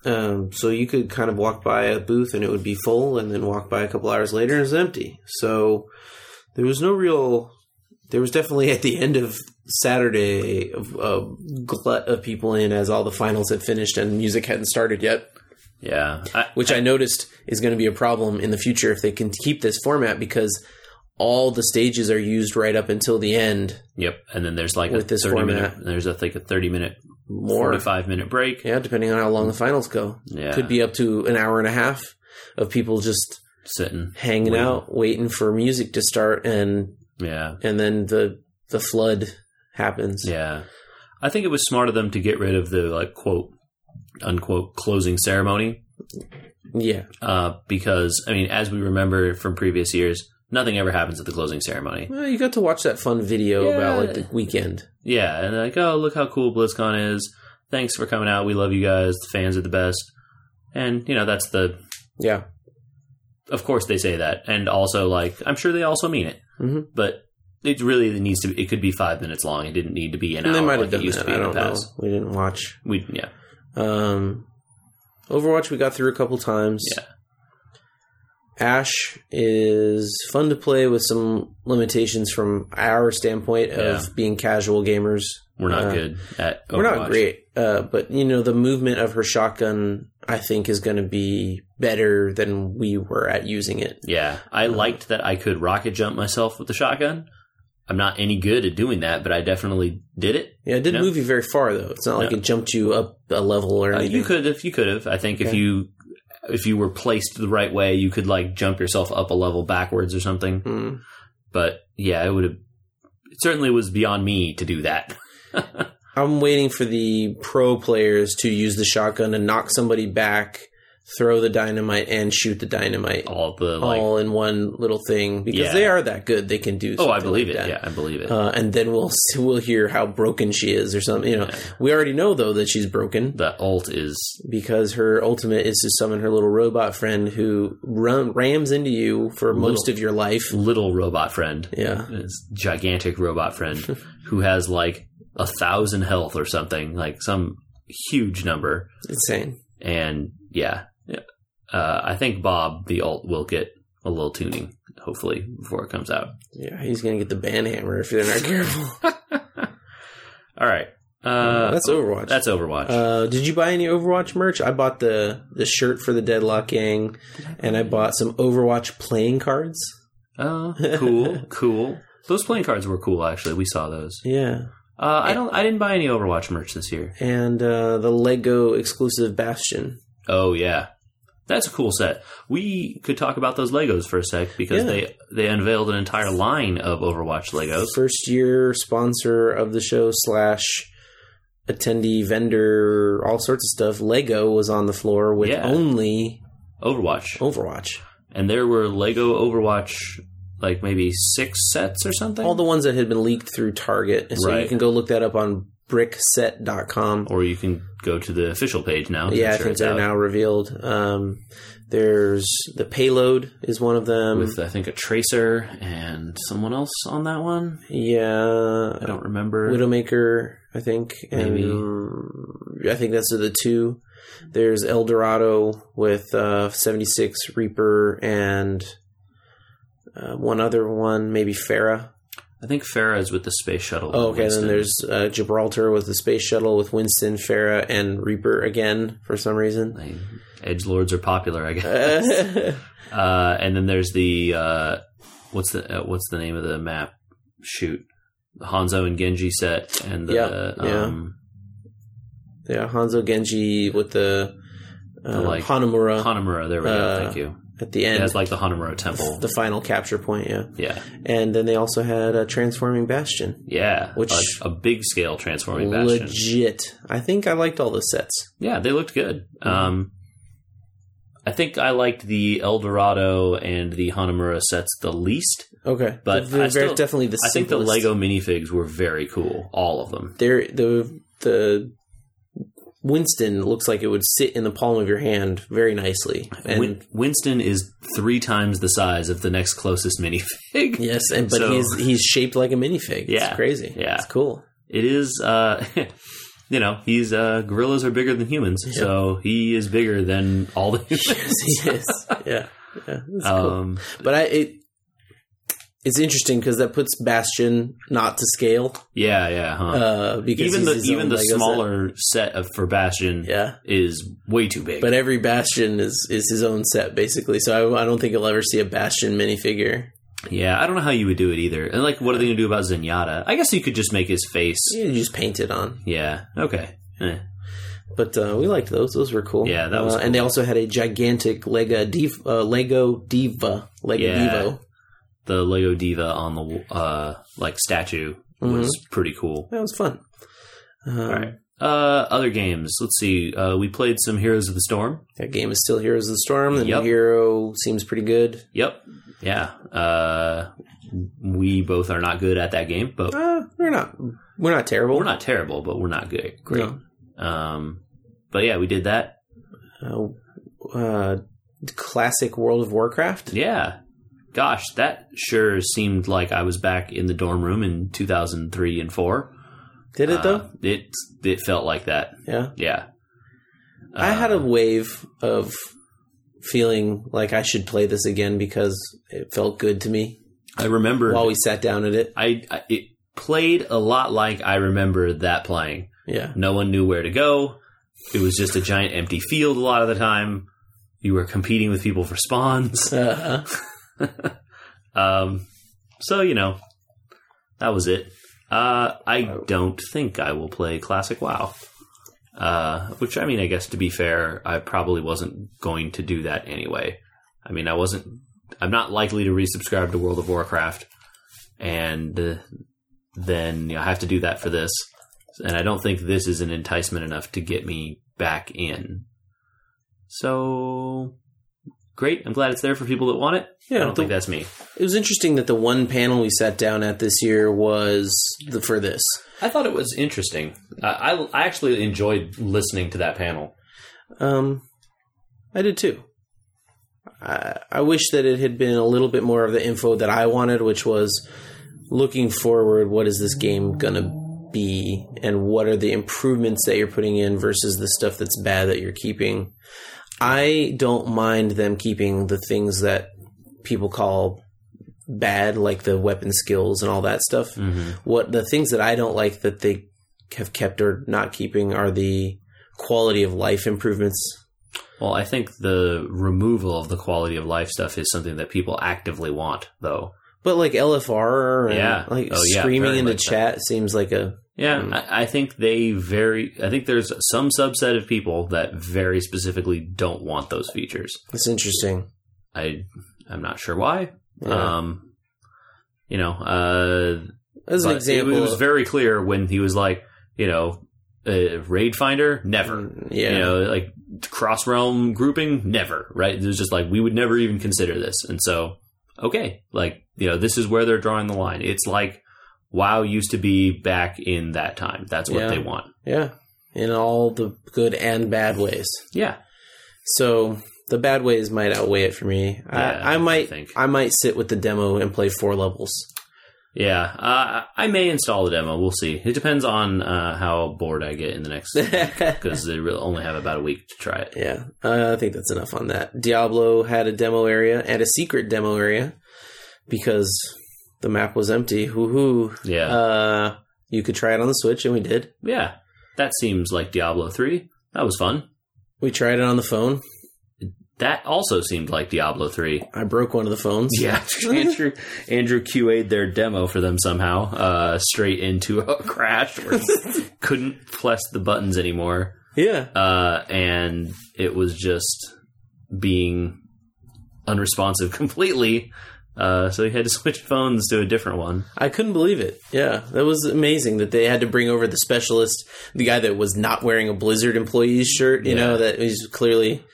Speaker 1: Um, so you could kind of walk by a booth and it would be full, and then walk by a couple hours later and it's empty. So there was no real. There was definitely at the end of Saturday a, a glut of people in as all the finals had finished and music hadn't started yet,
Speaker 2: Yeah. I,
Speaker 1: which I noticed is going to be a problem in the future if they can keep this format because all the stages are used right up until the end.
Speaker 2: yep. And then there's like a
Speaker 1: With this
Speaker 2: 30 minute,
Speaker 1: format.
Speaker 2: there's I think a 30 minute,
Speaker 1: More,
Speaker 2: 45 minute break.
Speaker 1: yeah, depending on how long the finals go,
Speaker 2: Yeah.
Speaker 1: could be up to an hour and a half of people just
Speaker 2: sitting.
Speaker 1: hanging
Speaker 2: Waiting.
Speaker 1: out, waiting for music to start, and
Speaker 2: Yeah.
Speaker 1: and then the the flood happens.
Speaker 2: Yeah. I think it was smart of them to get rid of the like quote unquote closing ceremony
Speaker 1: Yeah.
Speaker 2: uh, because I mean, as we remember from previous years, nothing ever happens at the closing ceremony.
Speaker 1: Well, you got to watch that fun video
Speaker 2: Yeah.
Speaker 1: about like the weekend.
Speaker 2: Yeah, and they're like, oh, look how cool BlizzCon is. Thanks for coming out. We love you guys. The fans are the best. And you know, that's the.
Speaker 1: Yeah.
Speaker 2: Of course, they say that, and also like I'm sure they also mean it.
Speaker 1: Mhm.
Speaker 2: But it really needs to. It could be five minutes long. It didn't need to be an
Speaker 1: And
Speaker 2: hour.
Speaker 1: they might
Speaker 2: like
Speaker 1: have done
Speaker 2: it used
Speaker 1: that.
Speaker 2: to be
Speaker 1: I
Speaker 2: in
Speaker 1: don't
Speaker 2: the
Speaker 1: know.
Speaker 2: past.
Speaker 1: We didn't watch.
Speaker 2: We yeah.
Speaker 1: Um, Overwatch we got through a couple times.
Speaker 2: Yeah.
Speaker 1: Ash is fun to play with some limitations from our standpoint of
Speaker 2: Yeah.
Speaker 1: being casual gamers.
Speaker 2: We're not
Speaker 1: Uh,
Speaker 2: good at. Overwatch.
Speaker 1: We're not great, uh, but you know the movement of her shotgun. I think is going to be better than we were at using it.
Speaker 2: Yeah, I
Speaker 1: Uh-huh.
Speaker 2: liked that I could rocket jump myself with the shotgun. I'm not any good at doing that, but I definitely did it.
Speaker 1: Yeah, it didn't
Speaker 2: No.
Speaker 1: move you very far though. It's not like
Speaker 2: No.
Speaker 1: it jumped you up a level or
Speaker 2: Uh,
Speaker 1: anything.
Speaker 2: you could if you could have. I think if
Speaker 1: Okay.
Speaker 2: you if you were placed the right way, you could like jump yourself up a level backwards or something.
Speaker 1: Hmm.
Speaker 2: But yeah, it would have. It certainly was beyond me to do that. <laughs>
Speaker 1: I'm waiting for the pro players to use the shotgun and knock somebody back, throw the dynamite, and shoot the dynamite
Speaker 2: All the Oh, like.
Speaker 1: all in one little thing because
Speaker 2: Yeah.
Speaker 1: they are that good. They can do.
Speaker 2: oh, I
Speaker 1: something
Speaker 2: believe
Speaker 1: like
Speaker 2: it.
Speaker 1: that.
Speaker 2: Yeah, I believe it.
Speaker 1: Uh, and then we'll <laughs> see, we'll hear how broken she is or something. You know,
Speaker 2: Yeah.
Speaker 1: we already know though that she's broken
Speaker 2: the alt is
Speaker 1: because her ultimate is to summon her little robot friend who run, rams into you for most of your life.
Speaker 2: little robot friend.
Speaker 1: Yeah,
Speaker 2: This gigantic
Speaker 1: <laughs>
Speaker 2: robot friend who has like a thousand health or something, like some huge number.
Speaker 1: insane.
Speaker 2: And yeah, yeah. Uh, I think Bob the alt will get a little tuning hopefully before it comes out.
Speaker 1: Yeah, he's gonna get the ban hammer if they're
Speaker 2: <laughs>
Speaker 1: not careful.
Speaker 2: All right, uh, that's
Speaker 1: that's Overwatch.
Speaker 2: that's Overwatch.
Speaker 1: Uh, did you buy any Overwatch merch? I bought the the shirt for the Deadlock Gang, and I bought some Overwatch playing cards. <laughs>
Speaker 2: Oh, cool, cool. Those playing cards were cool actually. We saw those.
Speaker 1: Yeah,
Speaker 2: Uh, I don't. I didn't buy any Overwatch merch this year.
Speaker 1: and uh, the Lego exclusive Bastion.
Speaker 2: Oh yeah, that's a cool set. We could talk about those Legos for a sec because
Speaker 1: Yeah.
Speaker 2: they they unveiled an entire line of Overwatch Legos.
Speaker 1: First year sponsor of the show slash attendee vendor, all sorts of stuff. Lego was on the floor with
Speaker 2: Yeah.
Speaker 1: only
Speaker 2: Overwatch.
Speaker 1: Oh. Overwatch.
Speaker 2: and there were Lego Overwatch like maybe six sets or something.
Speaker 1: All the ones that had been leaked through Target. And so you
Speaker 2: Right.
Speaker 1: can go look that up on brickset.com.
Speaker 2: or you can go to the official page now. I'm
Speaker 1: yeah, I
Speaker 2: sure
Speaker 1: think
Speaker 2: it's
Speaker 1: they're
Speaker 2: out,
Speaker 1: now revealed. Um, there's the payload is one of them.
Speaker 2: with I think a tracer and someone else on that one.
Speaker 1: yeah,
Speaker 2: I don't remember.
Speaker 1: Widowmaker, I think, and um, I think that's the two. There's El Dorado with uh, 76 Reaper and uh, one other one, maybe Farah.
Speaker 2: I think Farah is with the space shuttle.
Speaker 1: Oh, okay.
Speaker 2: Winston.
Speaker 1: Then there's uh, Gibraltar with the space shuttle with Winston, Farah, and Reaper again for some
Speaker 2: <laughs>
Speaker 1: reason.
Speaker 2: Like, edge lords are popular, I guess.
Speaker 1: Uh,
Speaker 2: Uh, and then there's the uh, what's the uh, what's the name of the map? Shoot, the Hanzo and Genji set, and the
Speaker 1: Yeah, yeah.
Speaker 2: um,
Speaker 1: yeah, Hanzo Genji with the, uh,
Speaker 2: The, like,
Speaker 1: Hanamura
Speaker 2: Hanamura. There we go.
Speaker 1: Uh,
Speaker 2: Thank you.
Speaker 1: at the
Speaker 2: It
Speaker 1: end.
Speaker 2: has like the Hanamura temple.
Speaker 1: the final capture point, yeah.
Speaker 2: yeah,
Speaker 1: And then they also had a transforming bastion.
Speaker 2: yeah.
Speaker 1: Which-
Speaker 2: a, a big scale transforming bastion.
Speaker 1: Legit. I think I liked all the sets.
Speaker 2: Yeah, they looked good.
Speaker 1: Mm-hmm.
Speaker 2: Um, I think I liked the El Dorado and the Hanamura sets the least.
Speaker 1: Okay,
Speaker 2: But
Speaker 1: they're
Speaker 2: I
Speaker 1: very-
Speaker 2: still-
Speaker 1: definitely the.
Speaker 2: I think the
Speaker 1: simplest.
Speaker 2: Lego minifigs were very cool, all of them.
Speaker 1: They're, the the Winston looks like it would sit in the palm of your hand very nicely, and
Speaker 2: Win- Winston is three times the size of the next closest <laughs> minifig.
Speaker 1: yes, and but
Speaker 2: So-
Speaker 1: he's he's shaped like a minifig.
Speaker 2: Yeah. <laughs>
Speaker 1: it's crazy.
Speaker 2: Yeah.
Speaker 1: it's cool.
Speaker 2: It is. Uh, <laughs> you know, he's uh, gorillas are bigger than humans, so he is bigger than
Speaker 1: <laughs>
Speaker 2: all the humans.
Speaker 1: <laughs> yes. Yeah. Yeah. That's cool.
Speaker 2: um,
Speaker 1: But I it it's interesting because that puts Bastion not to scale.
Speaker 2: Yeah, yeah, huh.
Speaker 1: Uh, because
Speaker 2: even
Speaker 1: he's
Speaker 2: the
Speaker 1: his
Speaker 2: even
Speaker 1: own
Speaker 2: the
Speaker 1: Lego set.
Speaker 2: smaller set of for Bastion
Speaker 1: yeah.
Speaker 2: is way too big.
Speaker 1: But every Bastion is is his own set basically. So I, I don't think you'll ever see a Bastion minifigure.
Speaker 2: yeah, I don't know how you would do it either. And like, what are they gonna do about Zenyatta? I guess you could just make his face. Yeah.
Speaker 1: You just paint it on.
Speaker 2: Okay. Eh.
Speaker 1: But uh, we liked those; those were cool.
Speaker 2: Yeah, that was
Speaker 1: Uh, And they also had a gigantic Lego Div- uh, Lego Diva, Lego
Speaker 2: Yeah.
Speaker 1: Devo.
Speaker 2: The Lego Diva on the uh like statue was pretty cool.
Speaker 1: Mm-hmm. That was fun. Um,
Speaker 2: All right. Uh, other games. Let's see. Uh, we played some Heroes of the Storm.
Speaker 1: That game is still Heroes of the Storm. The
Speaker 2: Yep.
Speaker 1: new hero seems pretty good.
Speaker 2: Yep. Yeah. Uh, we both are not good at that game, but
Speaker 1: Uh, we're not we're not terrible.
Speaker 2: we're not terrible, but we're not good. Great.
Speaker 1: No.
Speaker 2: Um, but yeah, we did that.
Speaker 1: Uh, uh, classic World of Warcraft.
Speaker 2: Yeah. Gosh, that sure seemed like I was back in the dorm room in 2003 and 4.
Speaker 1: Did it
Speaker 2: Uh,
Speaker 1: though?
Speaker 2: it it felt like that.
Speaker 1: Yeah.
Speaker 2: Yeah.
Speaker 1: I had a
Speaker 2: Uh,
Speaker 1: wave of feeling like I should play this again because it felt good to me
Speaker 2: I remember
Speaker 1: while we sat down at it.
Speaker 2: I, I it played a lot like I remember that playing.
Speaker 1: Yeah.
Speaker 2: No one knew where to go. It was just a giant empty field a lot of the time. You were competing with people for spawns.
Speaker 1: Uh,
Speaker 2: Um, so you know, that was it. Uh, I
Speaker 1: Oh.
Speaker 2: don't think I will play Classic WoW. Uh, which I mean, I guess to be fair, I probably wasn't going to do that anyway. I mean, I wasn't. I'm not likely to resubscribe to World of Warcraft, and uh, then you know, I have to do that for this. And I don't think this is an enticement enough to get me back in. So great! I'm glad it's there for people that want it.
Speaker 1: yeah.
Speaker 2: I don't
Speaker 1: the-
Speaker 2: think that's me.
Speaker 1: It was interesting that the one panel we sat down at this year was the, for this.
Speaker 2: I thought it was interesting. Uh, I, I actually enjoyed listening to that panel.
Speaker 1: Um, I did too. I, I wish that it had been a little bit more of the info that I wanted, which was looking forward. What is this game gonna be, and what are the improvements that you're putting in versus the stuff that's bad that you're keeping? I don't mind them keeping the things that people call bad, like the weapon skills and all that stuff
Speaker 2: Mm-hmm.
Speaker 1: what the things that I don't like that they have kept or not keeping are the quality of life improvements.
Speaker 2: Well, I think the removal of the quality of life stuff is something that people actively want, though.
Speaker 1: But like LFR and
Speaker 2: Yeah.
Speaker 1: like
Speaker 2: Oh, yeah,
Speaker 1: screaming
Speaker 2: very
Speaker 1: into
Speaker 2: much so.
Speaker 1: chat seems like a
Speaker 2: Yeah,
Speaker 1: Mm.
Speaker 2: I, I think they very. I think there's some subset of people that very specifically don't want those features.
Speaker 1: it's interesting.
Speaker 2: I I'm not sure why.
Speaker 1: Yeah.
Speaker 2: Um, you know, uh,
Speaker 1: As an
Speaker 2: but it-
Speaker 1: example,
Speaker 2: it, was very clear when he was like, you know, uh, raid finder never.
Speaker 1: yeah,
Speaker 2: you know like cross realm grouping never right it was just like we would never even consider this and so okay like you know this is where they're drawing the line it's like wow used to be back in that time that's what
Speaker 1: Yeah.
Speaker 2: they want
Speaker 1: yeah, in all the good and bad ways.
Speaker 2: yeah
Speaker 1: So the bad ways might outweigh it for me.
Speaker 2: Yeah,
Speaker 1: I, I might, I,
Speaker 2: I think.
Speaker 1: might sit with the demo and play four levels. <laughs>
Speaker 2: yeah uh, i may install the demo we'll see it depends on uh, how bored i get in
Speaker 1: <laughs>
Speaker 2: the next
Speaker 1: yeah,
Speaker 2: because they really only have about a week to try it
Speaker 1: uh, I think that's enough on that. Diablo had a demo area and a secret demo area because the map was empty. Hoo hoo.
Speaker 2: yeah
Speaker 1: Uh, you could try it on the Switch, and we did.
Speaker 2: yeah that seems like diablo 3 that was fun
Speaker 1: We tried it on the phone.
Speaker 2: that also seemed like diablo 3
Speaker 1: I broke one of the phones. <laughs>
Speaker 2: Yeah, <laughs> Andrew Andrew QA'd their demo for them somehow, uh, straight into a <laughs> crash where it <laughs> couldn't press the buttons anymore,
Speaker 1: yeah.
Speaker 2: uh, and it was just being unresponsive <laughs> completely. Uh, so he had to <laughs> switch phones to a different one.
Speaker 1: I couldn't believe it. Yeah, that was amazing that they had to bring over the specialist, the guy that was not wearing a Blizzard employee's shirt. You
Speaker 2: Yeah.
Speaker 1: know that is clearly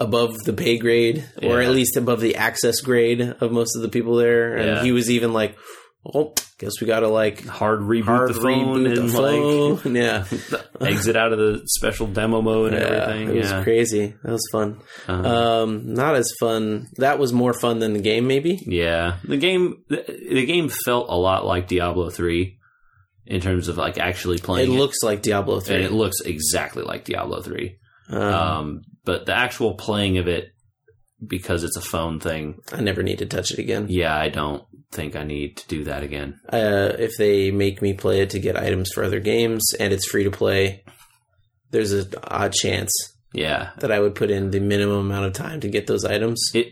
Speaker 1: above the pay grade, or
Speaker 2: Yeah.
Speaker 1: at least above the access grade of most of the people there. And
Speaker 2: Yeah.
Speaker 1: he was even like, "Oh, guess we got to like."
Speaker 2: Hard reboot
Speaker 1: Hard
Speaker 2: the phone
Speaker 1: reboot
Speaker 2: and
Speaker 1: the phone. <laughs> yeah,
Speaker 2: like <laughs> exit out of the special demo mode and everything.
Speaker 1: it was
Speaker 2: yeah,
Speaker 1: crazy. That was fun.
Speaker 2: Uh,
Speaker 1: Um, not as fun. That was more fun than the game, maybe.
Speaker 2: Yeah, the game the, the game felt a lot like Diablo three in terms of like actually
Speaker 3: It
Speaker 2: playing it.
Speaker 3: looks like Diablo
Speaker 2: and it
Speaker 3: three.
Speaker 2: looks exactly like Diablo three.
Speaker 3: Uh,
Speaker 2: Um, but the actual playing of it, because it's a phone thing,
Speaker 3: I never need to touch it again.
Speaker 2: yeah, I don't think I need to do that again.
Speaker 3: Uh, if they make me play it to get items for other games and it's free to play, there's an odd chance
Speaker 2: Yeah,
Speaker 3: that I would put in the minimum amount of time to get those items.
Speaker 2: it.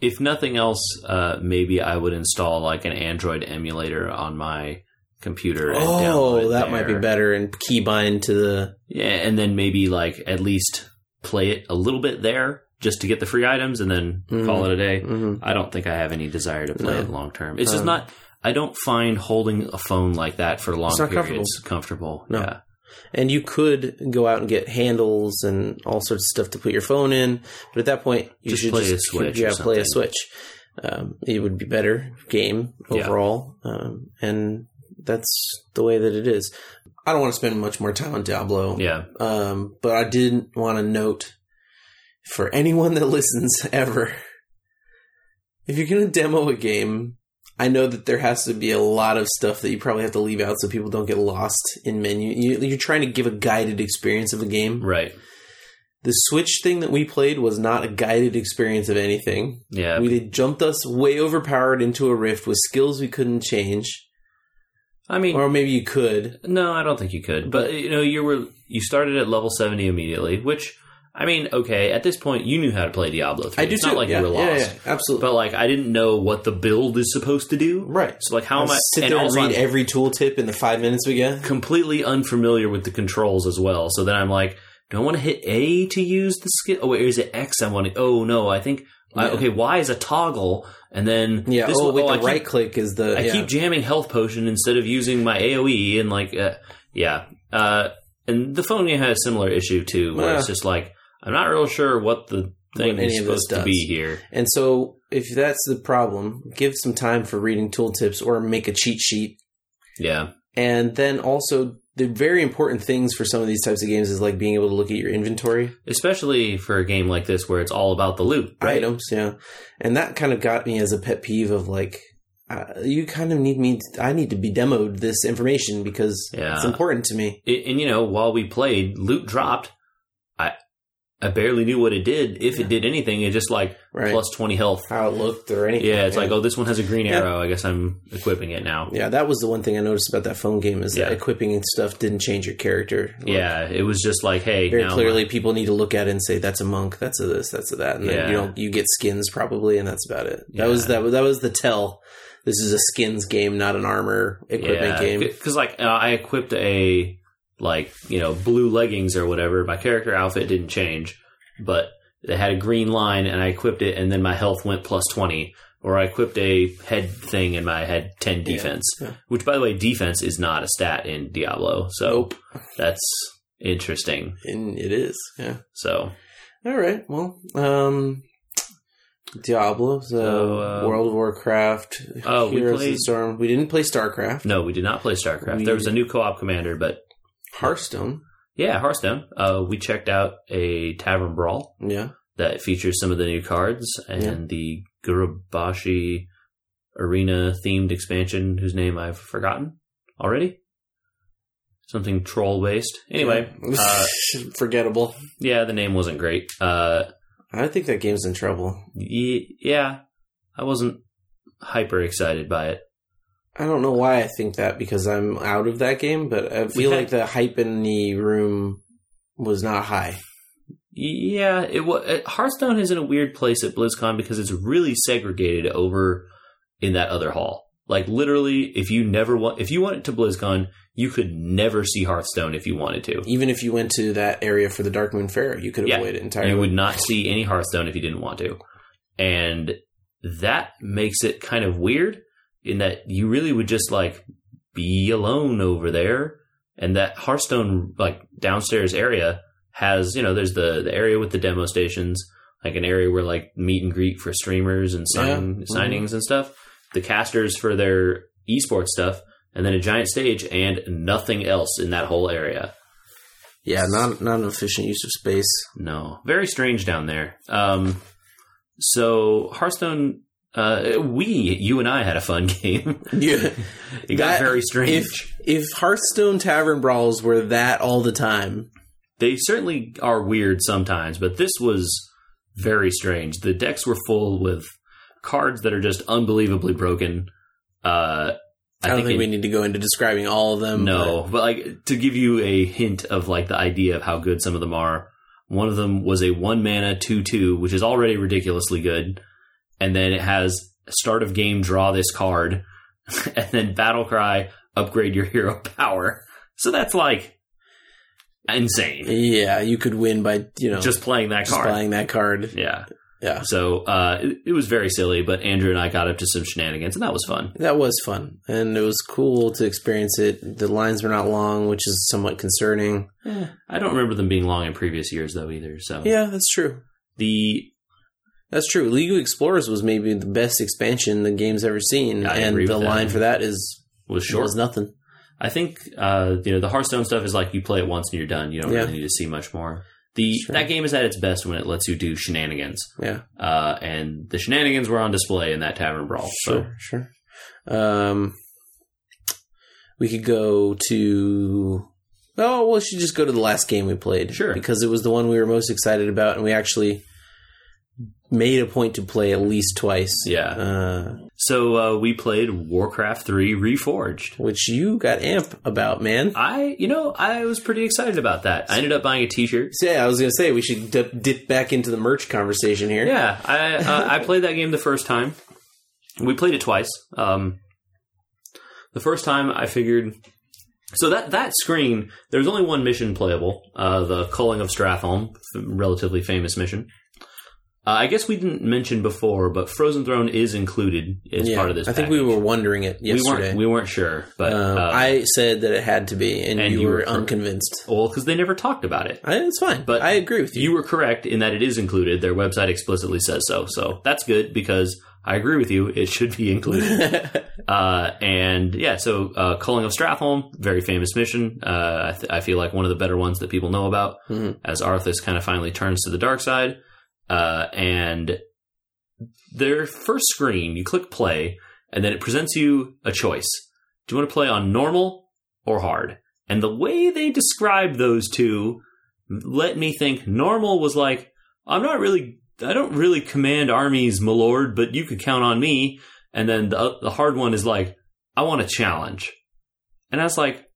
Speaker 2: If nothing else, uh, maybe I would install like an Android emulator on my computer. And download
Speaker 3: Oh,
Speaker 2: it
Speaker 3: that might be
Speaker 2: there.
Speaker 3: better and keybind to the.
Speaker 2: Yeah, and then maybe like at least play it a little bit there just to get the free items, and then
Speaker 3: Mhm.
Speaker 2: call it a day.
Speaker 3: Mhm.
Speaker 2: I don't think I have any desire to play
Speaker 3: No.
Speaker 2: it long term. It's just
Speaker 3: Um,
Speaker 2: not. I don't find holding a phone like that for long
Speaker 3: It's not
Speaker 2: periods comfortable.
Speaker 3: No.
Speaker 2: Yeah.
Speaker 3: And you could go out and get handles and all sorts of stuff to put your phone in, but at that point you
Speaker 2: Just
Speaker 3: should
Speaker 2: play a
Speaker 3: just
Speaker 2: Switch
Speaker 3: Yeah,
Speaker 2: or
Speaker 3: play a
Speaker 2: something.
Speaker 3: switch. Um, it would be better game
Speaker 2: Yeah.
Speaker 3: overall, um, and that's the way that it is.
Speaker 1: I don't want to spend much more time on Diablo.
Speaker 2: Yeah.
Speaker 1: Um, but I did want to note for anyone that <laughs> listens ever, if you're going to demo a game, I know that there has to be a lot of stuff that you probably have to leave out so people don't get lost in menu. You, you're trying to give a guided experience of a game.
Speaker 2: Right.
Speaker 1: The Switch thing that we played was not a guided experience of anything.
Speaker 2: Yeah.
Speaker 1: We did jumped us way overpowered into a rift with skills we couldn't change,
Speaker 2: I mean,
Speaker 1: or maybe you could.
Speaker 2: no, I don't think you could. But you know, you were you started at level seventy immediately, which I mean, okay, at this point you knew how to play Diablo three.
Speaker 1: I do
Speaker 2: it's
Speaker 1: too.
Speaker 2: not like
Speaker 1: yeah,
Speaker 2: you were lost.
Speaker 1: yeah, yeah, absolutely.
Speaker 2: But like I didn't know what the build is supposed to do.
Speaker 1: right.
Speaker 2: So like how am I
Speaker 1: sit there and
Speaker 2: also
Speaker 1: read
Speaker 2: I'm-
Speaker 1: every tooltip in the five minutes we get?
Speaker 2: completely unfamiliar with the controls as well. So then I'm like, do I want to hit A to use the skill? Oh, wait, or is it X I want to? Oh, no, I think, I,
Speaker 1: Yeah.
Speaker 2: okay, Y is a toggle. And then
Speaker 1: Yeah. oh,
Speaker 2: one-
Speaker 1: wait,
Speaker 2: I
Speaker 1: the
Speaker 2: keep-
Speaker 1: right click is the.
Speaker 2: I
Speaker 1: yeah.
Speaker 2: keep jamming health potion instead of using my AOE and like, uh, yeah. Uh, and the phone game had a similar issue too, where it's
Speaker 1: Yeah.
Speaker 2: just like, I'm not real sure what the thing
Speaker 1: What any
Speaker 2: is
Speaker 1: of this
Speaker 2: supposed to
Speaker 1: does.
Speaker 2: be here.
Speaker 1: And so, if that's the problem, give some time for reading tooltips or make a cheat sheet.
Speaker 2: Yeah.
Speaker 1: And then also, the very important things for some of these types of games is like being able to look at your inventory
Speaker 2: Especially for a game like this where it's all about the loot, right?
Speaker 1: items. Yeah. And that kind of got me as a pet peeve of like, uh, you kind of need me. I need to be demoed this information because
Speaker 2: Yeah.
Speaker 1: it's important to me.
Speaker 2: it, and you know while we played loot dropped i i barely knew what it did if it did anything it just like
Speaker 1: Right.
Speaker 2: plus 20 health
Speaker 1: how it looked or anything.
Speaker 2: yeah it's like oh this one has a green
Speaker 1: Yeah.
Speaker 2: arrow i guess i'm equipping it now
Speaker 1: Yeah, that was the one thing I noticed about that phone game is that
Speaker 2: Yeah.
Speaker 1: equipping and stuff didn't change your character. Like,
Speaker 2: yeah it was just like hey
Speaker 1: Very
Speaker 2: now
Speaker 1: clearly, people need to look at it and say that's a monk, that's a this, that's a that, and
Speaker 2: Yeah.
Speaker 1: then you don't you get skins probably, and that's about it.
Speaker 2: Yeah.
Speaker 1: That was that was that was the tell. This is a skins game, not an armor equipment game.
Speaker 2: because like uh, i equipped a like you know blue leggings or whatever my character outfit didn't change but it had a green line and i equipped it and then my health went plus 20 or i equipped a head thing and I had 10 defense
Speaker 1: yeah.
Speaker 2: which by the way defense is not a stat in diablo so
Speaker 1: Nope,
Speaker 2: that's interesting
Speaker 1: and it is. Yeah.
Speaker 2: so
Speaker 1: All right. Well, um, Diablo, so,
Speaker 2: So, uh,
Speaker 1: World of Warcraft,
Speaker 2: oh, we
Speaker 1: Heroes of
Speaker 2: played-
Speaker 1: the Storm. We didn't play StarCraft,
Speaker 2: no we did not play starcraft
Speaker 1: We-
Speaker 2: there was a new co-op commander but
Speaker 1: Hearthstone.
Speaker 2: yeah hearthstone uh, we checked out a tavern brawl
Speaker 1: Yeah.
Speaker 2: that features some of the new cards and
Speaker 1: Yeah.
Speaker 2: the Gurubashi arena themed expansion whose name I've forgotten already. Something troll based. Anyway,
Speaker 1: Yeah.
Speaker 2: uh,
Speaker 1: <laughs> forgettable.
Speaker 2: yeah, the name wasn't great. Uh,
Speaker 1: I think that game's in trouble.
Speaker 2: y- yeah, I wasn't hyper excited by it.
Speaker 1: I don't know why I think that because I'm out of that game, but I feel
Speaker 2: had-
Speaker 1: like the hype in the room was not high.
Speaker 2: Y- Yeah, it was. Hearthstone is in a weird place at BlizzCon because it's really segregated over in that other hall. Like literally, if you never want, if you wanted to BlizzCon, you could never see Hearthstone if you wanted to.
Speaker 1: Even if you went to that area for the Dark Moon Fair, you could
Speaker 2: Yeah.
Speaker 1: avoid it entirely.
Speaker 2: You would not see any Hearthstone if you didn't want to. And that makes it kind of weird in that you really would just like be alone over there. And that Hearthstone like downstairs area has, you know, there's the, the area with the demo stations, like an area where like meet and greet for streamers and sign,
Speaker 1: Yeah. Mhm.
Speaker 2: signings and stuff, the casters for their esports stuff, and then a giant stage and nothing else in that whole area.
Speaker 1: yeah, not not an efficient use of space.
Speaker 2: No, very strange down there. Um, so Hearthstone Uh, we, you and I had a fun <laughs> game.
Speaker 1: <laughs> Yeah.
Speaker 2: It got
Speaker 1: That-
Speaker 2: very strange.
Speaker 1: If if Hearthstone tavern brawls were that all the time,
Speaker 2: they certainly are weird sometimes, but this was very strange. The decks were full with cards that are just unbelievably broken. Uh,
Speaker 1: I, don't think,
Speaker 2: it-
Speaker 1: we need to go into describing all of them.
Speaker 2: no, but like to give you a hint of like the idea of how good some of them are. One of them was a one mana two two, which is already ridiculously good, and then it has start of game draw this card, <laughs> and then battle cry upgrade your hero <laughs> power. So that's like
Speaker 1: but-
Speaker 2: insane.
Speaker 1: yeah, you could win by you know
Speaker 2: Just playing that
Speaker 1: just
Speaker 2: card,
Speaker 1: buying that card.
Speaker 2: yeah,
Speaker 1: Yeah.
Speaker 2: So uh, it, it was very silly, but Andrew and I got up to some shenanigans, and that was fun.
Speaker 1: That was fun, and it was cool to experience it. The lines were not long, which is somewhat concerning.
Speaker 2: I don't remember them being long in previous years though either. So
Speaker 1: Yeah, that's true.
Speaker 2: the
Speaker 1: That's true. League of Explorers was maybe the best expansion the game's ever seen,
Speaker 2: Yeah, I
Speaker 1: and
Speaker 2: agree
Speaker 1: the
Speaker 2: with that.
Speaker 1: line for that is
Speaker 2: was short.
Speaker 1: was nothing.
Speaker 2: I think uh, you know the Hearthstone stuff is like you play it once and you're done. You don't
Speaker 1: Yeah.
Speaker 2: really need to see much more. The
Speaker 1: Sure.
Speaker 2: that game is at its best when it lets you do shenanigans,
Speaker 1: Yeah.
Speaker 2: uh, and the shenanigans were on display in that tavern brawl. So
Speaker 1: Sure, sure. Um, we could go to. Oh, well, we should just go to the last game we played.
Speaker 2: Sure.
Speaker 1: Because it was the one we were most excited about, and we actually made a point to play at least twice.
Speaker 2: yeah,
Speaker 1: Uh,
Speaker 2: so uh, we played Warcraft Three Reforged.
Speaker 1: which you got amp about, man.
Speaker 2: I you know I was pretty excited about that. I ended up buying a T-shirt.
Speaker 1: So, yeah, I was going to say we should dip, dip back into the merch conversation here.
Speaker 2: Yeah, I uh, I played that game the first time. We played it twice. Um, the first time I figured. So that that screen, there's only one mission playable, uh, the culling of Stratholme, f- relatively famous mission. Uh, I guess we didn't mention before, but Frozen Throne is included as
Speaker 1: Yeah,
Speaker 2: part of this.
Speaker 1: I think we
Speaker 2: package.
Speaker 1: were wondering it
Speaker 2: we
Speaker 1: yesterday.
Speaker 2: weren't we weren't sure, but
Speaker 1: um,
Speaker 2: uh,
Speaker 1: I said that it had to be, and,
Speaker 2: and
Speaker 1: you,
Speaker 2: you
Speaker 1: were,
Speaker 2: were correct.
Speaker 1: unconvinced.
Speaker 2: well, because they never talked about it.
Speaker 1: I, it's fine,
Speaker 2: But
Speaker 1: but I agree with you.
Speaker 2: You were correct in that it is included. Their website explicitly says so. So that's good because I agree with you. It should be included. uh, and yeah, so uh, Culling of Stratholme, very famous mission. Uh, I, th- I feel like one of the better ones that people know about
Speaker 1: Mhm.
Speaker 2: as Arthas kind of finally turns to the dark side. Uh, and their first screen, you click play, and then it presents you a choice. Do you want to play on normal or hard? And the way they describe those two let me think normal was like, I'm not really, I don't really command armies, my lord, but you could count on me. And then the, the hard one is like, I want a challenge. And I was like,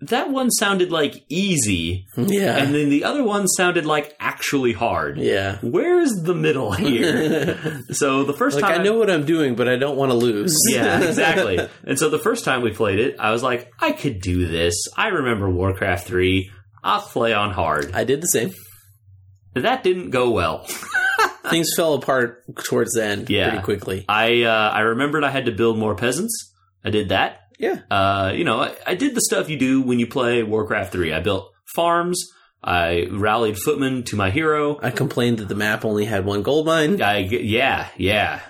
Speaker 2: that one sounded like
Speaker 1: <laughs>
Speaker 2: easy.
Speaker 1: <laughs> yeah.
Speaker 2: And then the other one sounded like actually hard.
Speaker 1: yeah.
Speaker 2: Where is
Speaker 1: <laughs>
Speaker 2: the middle here? so the first
Speaker 1: Like
Speaker 2: time.
Speaker 1: I know what I'm doing, but I don't want to lose.
Speaker 2: <laughs> yeah, exactly. And so the first time we played it, I was like, I could do this. I remember Warcraft 3. I'll play on hard.
Speaker 1: <laughs> I did the same.
Speaker 2: That didn't go well.
Speaker 1: Things fell apart towards the end
Speaker 2: Yeah.
Speaker 1: pretty quickly.
Speaker 2: I uh, I remembered I had to build more peasants. I did that.
Speaker 1: Yeah.
Speaker 2: Uh, you know, I, I did the stuff you do when you play Warcraft Three. I built farms. I rallied footmen to my hero.
Speaker 1: I complained that the map only had one gold mine.
Speaker 2: I yeah yeah.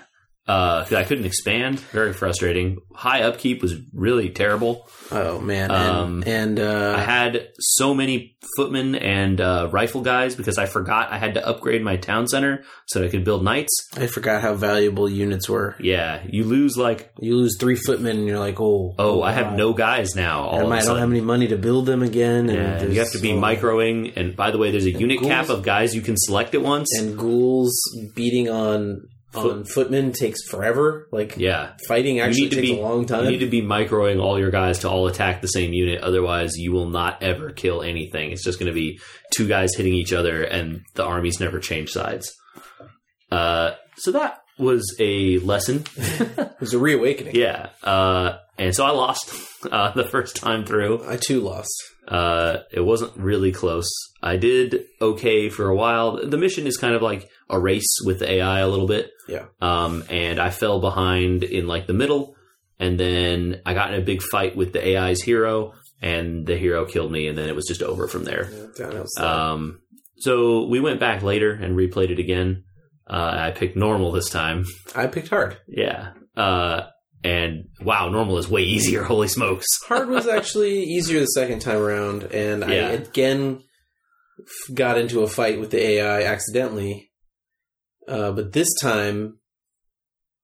Speaker 2: Uh, 'cause I couldn't expand. Very frustrating. High upkeep was really terrible.
Speaker 1: Oh man.
Speaker 2: Um,
Speaker 1: and and uh,
Speaker 2: I had so many footmen and uh, rifle guys because I forgot I had to upgrade my town center so that I could build knights.
Speaker 1: I forgot how valuable units were.
Speaker 2: Yeah, you lose like
Speaker 1: You lose three footmen, and you're like, oh,
Speaker 2: oh I have
Speaker 1: God.
Speaker 2: no guys now. All
Speaker 1: And
Speaker 2: of a
Speaker 1: I don't
Speaker 2: sudden.
Speaker 1: have any money to build them again. And
Speaker 2: Yeah, you
Speaker 1: there's-
Speaker 2: have to be
Speaker 1: oh.
Speaker 2: microing, and by the way, there's a unit
Speaker 1: ghouls.
Speaker 2: cap of guys you can select at once.
Speaker 1: uh, And ghouls beating on on footmen takes forever. Like
Speaker 2: yeah,
Speaker 1: fighting actually
Speaker 2: need to
Speaker 1: takes
Speaker 2: be-
Speaker 1: a long time.
Speaker 2: you need to be microing all your guys to all attack the same unit. Otherwise, you will not ever kill anything. It's just going to be two guys hitting each other, and the armies never change sides. Uh, so that was a lesson.
Speaker 1: it was a reawakening.
Speaker 2: yeah, uh, and so I lost <laughs> uh, the first time through.
Speaker 1: I too lost.
Speaker 2: Uh, it wasn't really close. I did okay for a while. The mission is kind of like a race with the AI a little bit.
Speaker 1: Yeah.
Speaker 2: Um, and I fell behind in like the middle, and then I got in a big fight with the AI's hero, and the hero killed me, and then it was just over from there.
Speaker 1: Yeah, down outside.
Speaker 2: Um, so we went back later and replayed it again. Uh, I picked normal this time. <laughs>
Speaker 1: I picked hard.
Speaker 2: Yeah. Uh, and wow, normal is way easier. <laughs> Holy smokes.
Speaker 1: Hard was actually easier the second time around, and
Speaker 2: Yeah.
Speaker 1: I again f- got into a fight with the AI accidentally. Uh, but this time,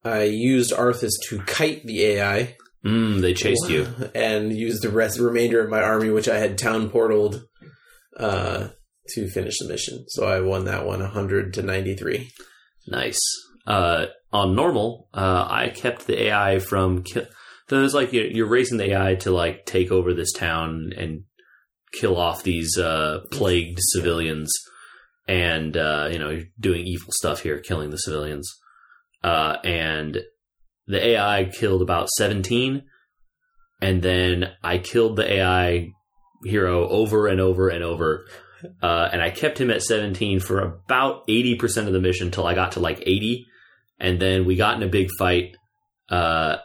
Speaker 1: I used Arthas to kite the AI
Speaker 2: Mm, they chased you.
Speaker 1: and used the rest remainder of my army, which I had town portaled, uh, to finish the mission. So I won that one, hundred to ninety three.
Speaker 2: Nice. Uh, on normal, uh, I kept the AI from kill. There's like you're, you're raising the AI to like take over this town and kill off these uh, plagued civilians, and uh, you know you're doing evil stuff here, killing the civilians. Uh, and the AI killed about seventeen, and then I killed the AI hero over and over and over uh, and I kept him at 17 for about 80% of the mission until I got to like 80. And then we got in a big fight. Uh,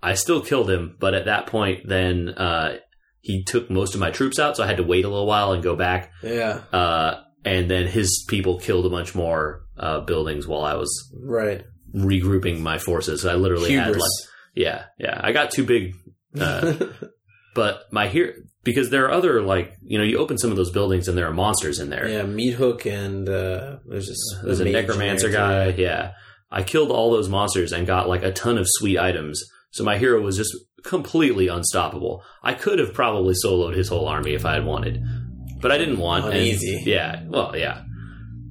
Speaker 2: I still killed him, but at that point, then uh, he took most of my troops out, so I had to wait a little while and go back.
Speaker 1: Yeah,
Speaker 2: Uh, and then his people killed a bunch more uh, buildings while I was
Speaker 1: right.
Speaker 2: regrouping my forces. I literally had
Speaker 1: Hubris.
Speaker 2: like, yeah, yeah, I got too big. Uh,
Speaker 1: <laughs>
Speaker 2: but my here because there are other like you know you open some of those buildings and there are monsters in there.
Speaker 1: yeah, Meat Hook and uh, there's just
Speaker 2: There's a
Speaker 1: mage in
Speaker 2: necromancer
Speaker 1: there,
Speaker 2: guy.
Speaker 1: too.
Speaker 2: Yeah. I killed all those monsters and got like a ton of sweet items. So my hero was just completely unstoppable. I could have probably soloed his whole army if I had wanted, but I didn't want. and-
Speaker 1: Uneasy.
Speaker 2: Yeah. Well, yeah.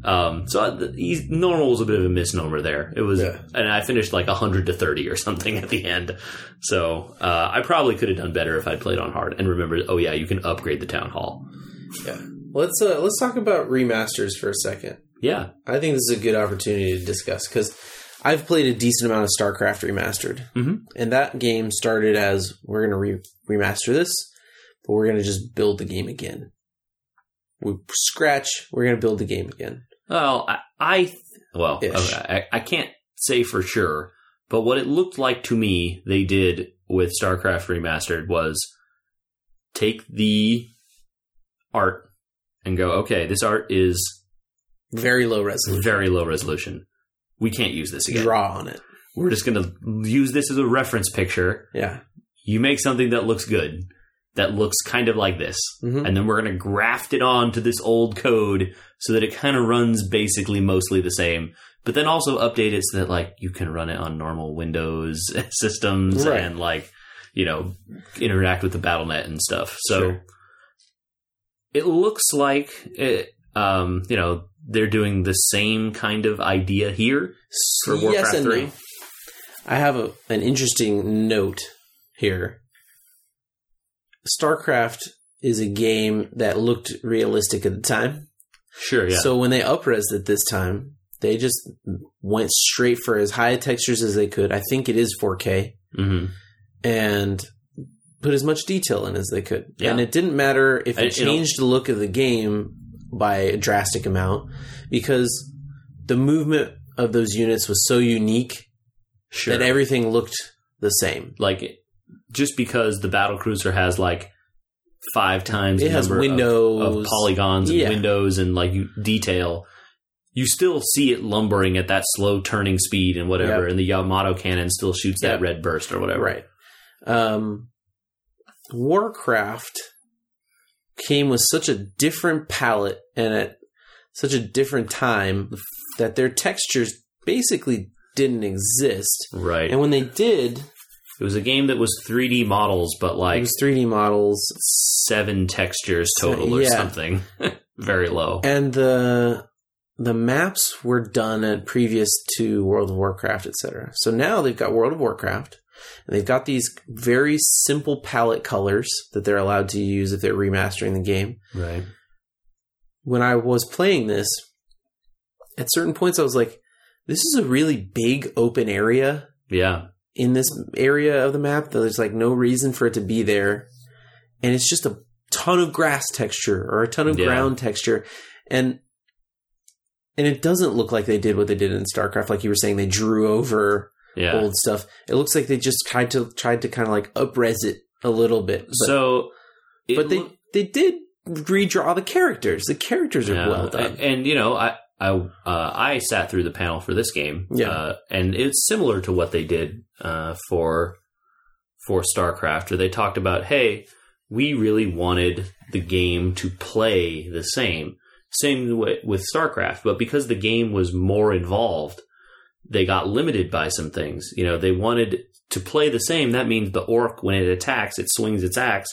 Speaker 2: Um, so I, the, eas- normal was a bit of a misnomer there. It was,
Speaker 1: Yeah.
Speaker 2: and I finished like 100 to 30 or <laughs> something at the end. So, uh, I probably could have done better if I'd played on hard and remembered, oh yeah, you can upgrade the town hall.
Speaker 1: Let's uh, let's talk about remasters for a second.
Speaker 2: Yeah.
Speaker 1: I think this is a good opportunity to discuss because I've played a decent amount of StarCraft remastered,
Speaker 2: Mhm.
Speaker 1: and that game started as we're going to re- remaster this, but we're going to just build the game again. We scratch. We're going to build the game again.
Speaker 2: Well, I, I th- well,
Speaker 1: Ish.
Speaker 2: okay, I, I can't say for sure, but what it looked like to me they did with StarCraft Remastered was take the art and go, okay, this art is
Speaker 1: Very low resolution.
Speaker 2: very low resolution. We can't use this again.
Speaker 1: Draw on it.
Speaker 2: We're just going to use this as a reference picture.
Speaker 1: Yeah.
Speaker 2: You make something that looks good, that looks kind of like this,
Speaker 1: Mhm.
Speaker 2: and then we're going to graft it on to this old code so that it kind of runs basically mostly the same but then also update it so that like you can run it on normal windows <laughs> systems
Speaker 1: Right.
Speaker 2: and like you know interact with the battlenet and stuff so
Speaker 1: Sure.
Speaker 2: it looks like it, um you know they're doing the same kind of idea here for
Speaker 1: Yes
Speaker 2: Warcraft
Speaker 1: and
Speaker 2: 3
Speaker 1: no. E. I have a, an interesting note here. StarCraft is a game that looked realistic at the time.
Speaker 2: sure yeah
Speaker 1: So when they upres it this time, they just went straight for as high textures as they could. I think it is 4K
Speaker 2: hmm
Speaker 1: and put as much detail in as they could.
Speaker 2: Yeah.
Speaker 1: And it didn't matter if
Speaker 2: I-
Speaker 1: it
Speaker 2: it'll-
Speaker 1: changed the look of the game by a drastic amount because the movement of those units was so unique
Speaker 2: sure
Speaker 1: that everything looked the same.
Speaker 2: like just because the battle cruiser has like five times
Speaker 1: It
Speaker 2: the
Speaker 1: has
Speaker 2: number of-
Speaker 1: windows.
Speaker 2: of polygons and
Speaker 1: Yeah.
Speaker 2: windows and like you detail, you still see it lumbering at that slow turning speed and whatever,
Speaker 1: Yep.
Speaker 2: and the Yamato cannon still shoots
Speaker 1: Yep.
Speaker 2: that red burst or whatever.
Speaker 1: Right. Um, Warcraft came with such a different palette and at such a different time that their textures basically didn't exist.
Speaker 2: Right.
Speaker 1: And when they did,
Speaker 2: It was a game that was 3D models, but
Speaker 1: it
Speaker 2: like
Speaker 1: was 3D models
Speaker 2: seven textures total or
Speaker 1: Yeah.
Speaker 2: something. <laughs> Very low.
Speaker 1: and the the maps were done at previous to World of Warcraft, etc. So now they've got World of Warcraft, and they've got these very simple palette colors that they're allowed to use if they're remastering the game.
Speaker 2: Right.
Speaker 1: when I was playing this, at certain points I was like, this is a really big open area
Speaker 2: Yeah.
Speaker 1: in this area of the map. Though there's like no reason for it to be there. And it's just a ton of grass texture or a ton of
Speaker 2: Yeah.
Speaker 1: ground texture. And and it doesn't look like they did what they did in StarCraft, like you were saying, they drew over
Speaker 2: Yeah.
Speaker 1: old stuff. It looks like they just tried to tried to kind of like upres it a little bit. But,
Speaker 2: so, it
Speaker 1: but they
Speaker 2: look-
Speaker 1: they did redraw the characters. The characters are
Speaker 2: Yeah,
Speaker 1: well done.
Speaker 2: And, and, you know, I I uh, I sat through the panel for this game,
Speaker 1: Yeah.
Speaker 2: uh, and it's similar to what they did uh, for for StarCraft, where they talked about, hey, we really wanted the game to play the same, same way with StarCraft, but because the game was more involved, they got limited by some things. You know, they wanted to play the same. That means the orc, when it attacks, it swings its axe.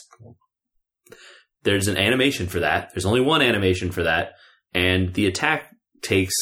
Speaker 2: There's an animation for that. There's only one animation for that. And the attack takes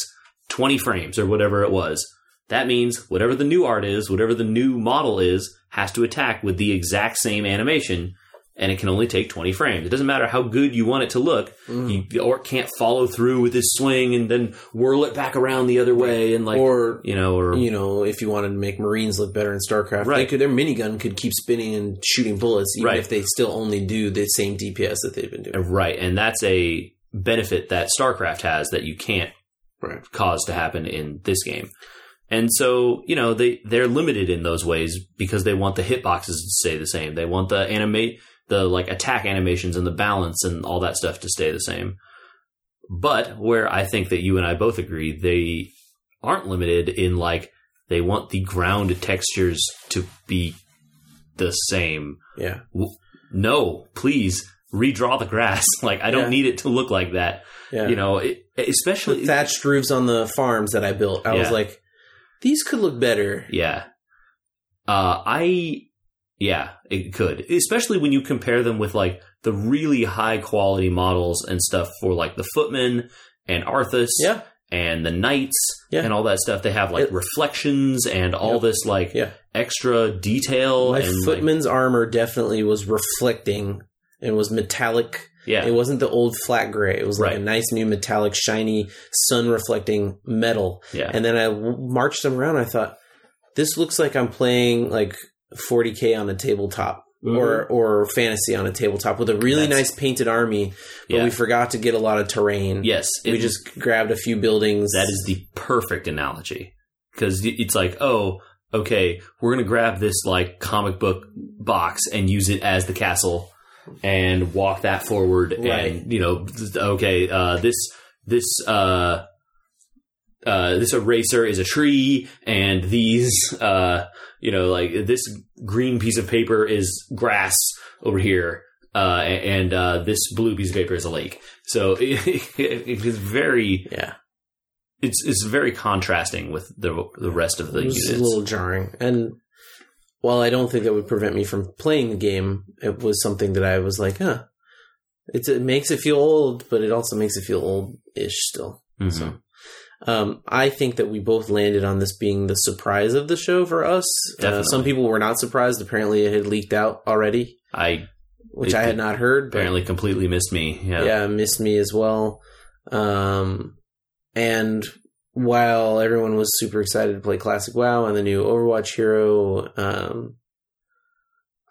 Speaker 2: 20 frames or whatever it was. That means whatever the new art is, whatever the new model is, has to attack with the exact same animation. And it can only take 20 frames. It doesn't matter how good you want it to look.
Speaker 1: Hmm.
Speaker 2: He, the orc can't follow through with his swing and then whirl it back around the other way and like
Speaker 1: or
Speaker 2: you know or
Speaker 1: you know, if you wanted to make Marines look better in StarCraft, they
Speaker 2: Right.
Speaker 1: could, their minigun could keep spinning and shooting bullets, even
Speaker 2: Right.
Speaker 1: if they still only do the same DPS that they've been doing.
Speaker 2: right and that's a benefit that starcraft has that you can't
Speaker 1: Right.
Speaker 2: cause to happen in this game and so you know they they're limited in those ways because they want the hitboxes to stay the same they want the animate the like attack animations and the balance and all that stuff to stay the same but where i think that you and i both agree they aren't limited in like they want the ground textures to be the same
Speaker 1: Yeah.
Speaker 2: no, please redraw the grass. <laughs> Like I don't
Speaker 1: Yeah.
Speaker 2: need it to look like that.
Speaker 1: Yeah.
Speaker 2: You know, it,
Speaker 1: the
Speaker 2: especially
Speaker 1: thatched roofs on the farms that I built, I was
Speaker 2: Yeah.
Speaker 1: like, these could look better.
Speaker 2: yeah. Uh, I yeah, it could. Especially when you compare them with like the really high quality models and stuff for like the footmen and Arthas
Speaker 1: Yeah.
Speaker 2: and the knights
Speaker 1: Yeah.
Speaker 2: and all that stuff. They have like
Speaker 1: It-
Speaker 2: reflections and all
Speaker 1: Yep.
Speaker 2: this like
Speaker 1: Yeah.
Speaker 2: extra detail
Speaker 1: My
Speaker 2: and like-
Speaker 1: footman's armor definitely was reflecting and was metallic.
Speaker 2: yeah.
Speaker 1: It wasn't the old flat gray. It was like a
Speaker 2: Right.
Speaker 1: nice new metallic, shiny, sun reflecting metal.
Speaker 2: yeah.
Speaker 1: And then I w- marched them around. I thought, this looks like I'm playing like 40k on a tabletop. Or, or fantasy on a tabletop with a really
Speaker 2: Mm-hmm.
Speaker 1: nice
Speaker 2: That's-
Speaker 1: painted army, but
Speaker 2: yeah.
Speaker 1: we forgot to get a lot of terrain.
Speaker 2: yes.
Speaker 1: we
Speaker 2: it-
Speaker 1: just grabbed a few buildings.
Speaker 2: That is the perfect analogy because it's like, oh, okay, we're gonna grab this like comic book box and use it as the castle and walk that forward,
Speaker 1: Right.
Speaker 2: and you know, th- okay, uh, this this uh, uh, this eraser is a tree, and these uh, you know, like this green piece of paper is grass over here. Uh, a- and uh, this blue piece of paper is a lake, so <laughs> it is very
Speaker 1: yeah.
Speaker 2: it's it's very contrasting with the the rest of the
Speaker 1: it was
Speaker 2: units.
Speaker 1: a little jarring. And while I don't think that would prevent me from playing the game, it was something that I was like, huh. It's, it makes it feel old, but it also makes it feel old-ish still.
Speaker 2: Mhm.
Speaker 1: so- Um, I think that we both landed on this being the surprise of the show for us. Uh,
Speaker 2: Definitely.
Speaker 1: some people were not surprised. Apparently, it had leaked out already,
Speaker 2: I
Speaker 1: which
Speaker 2: It
Speaker 1: I had
Speaker 2: did.
Speaker 1: not heard. But
Speaker 2: apparently completely missed me. Yeah.
Speaker 1: yeah, missed me as well. Um, and while everyone was super excited to play Classic WoW and the new Overwatch hero, um,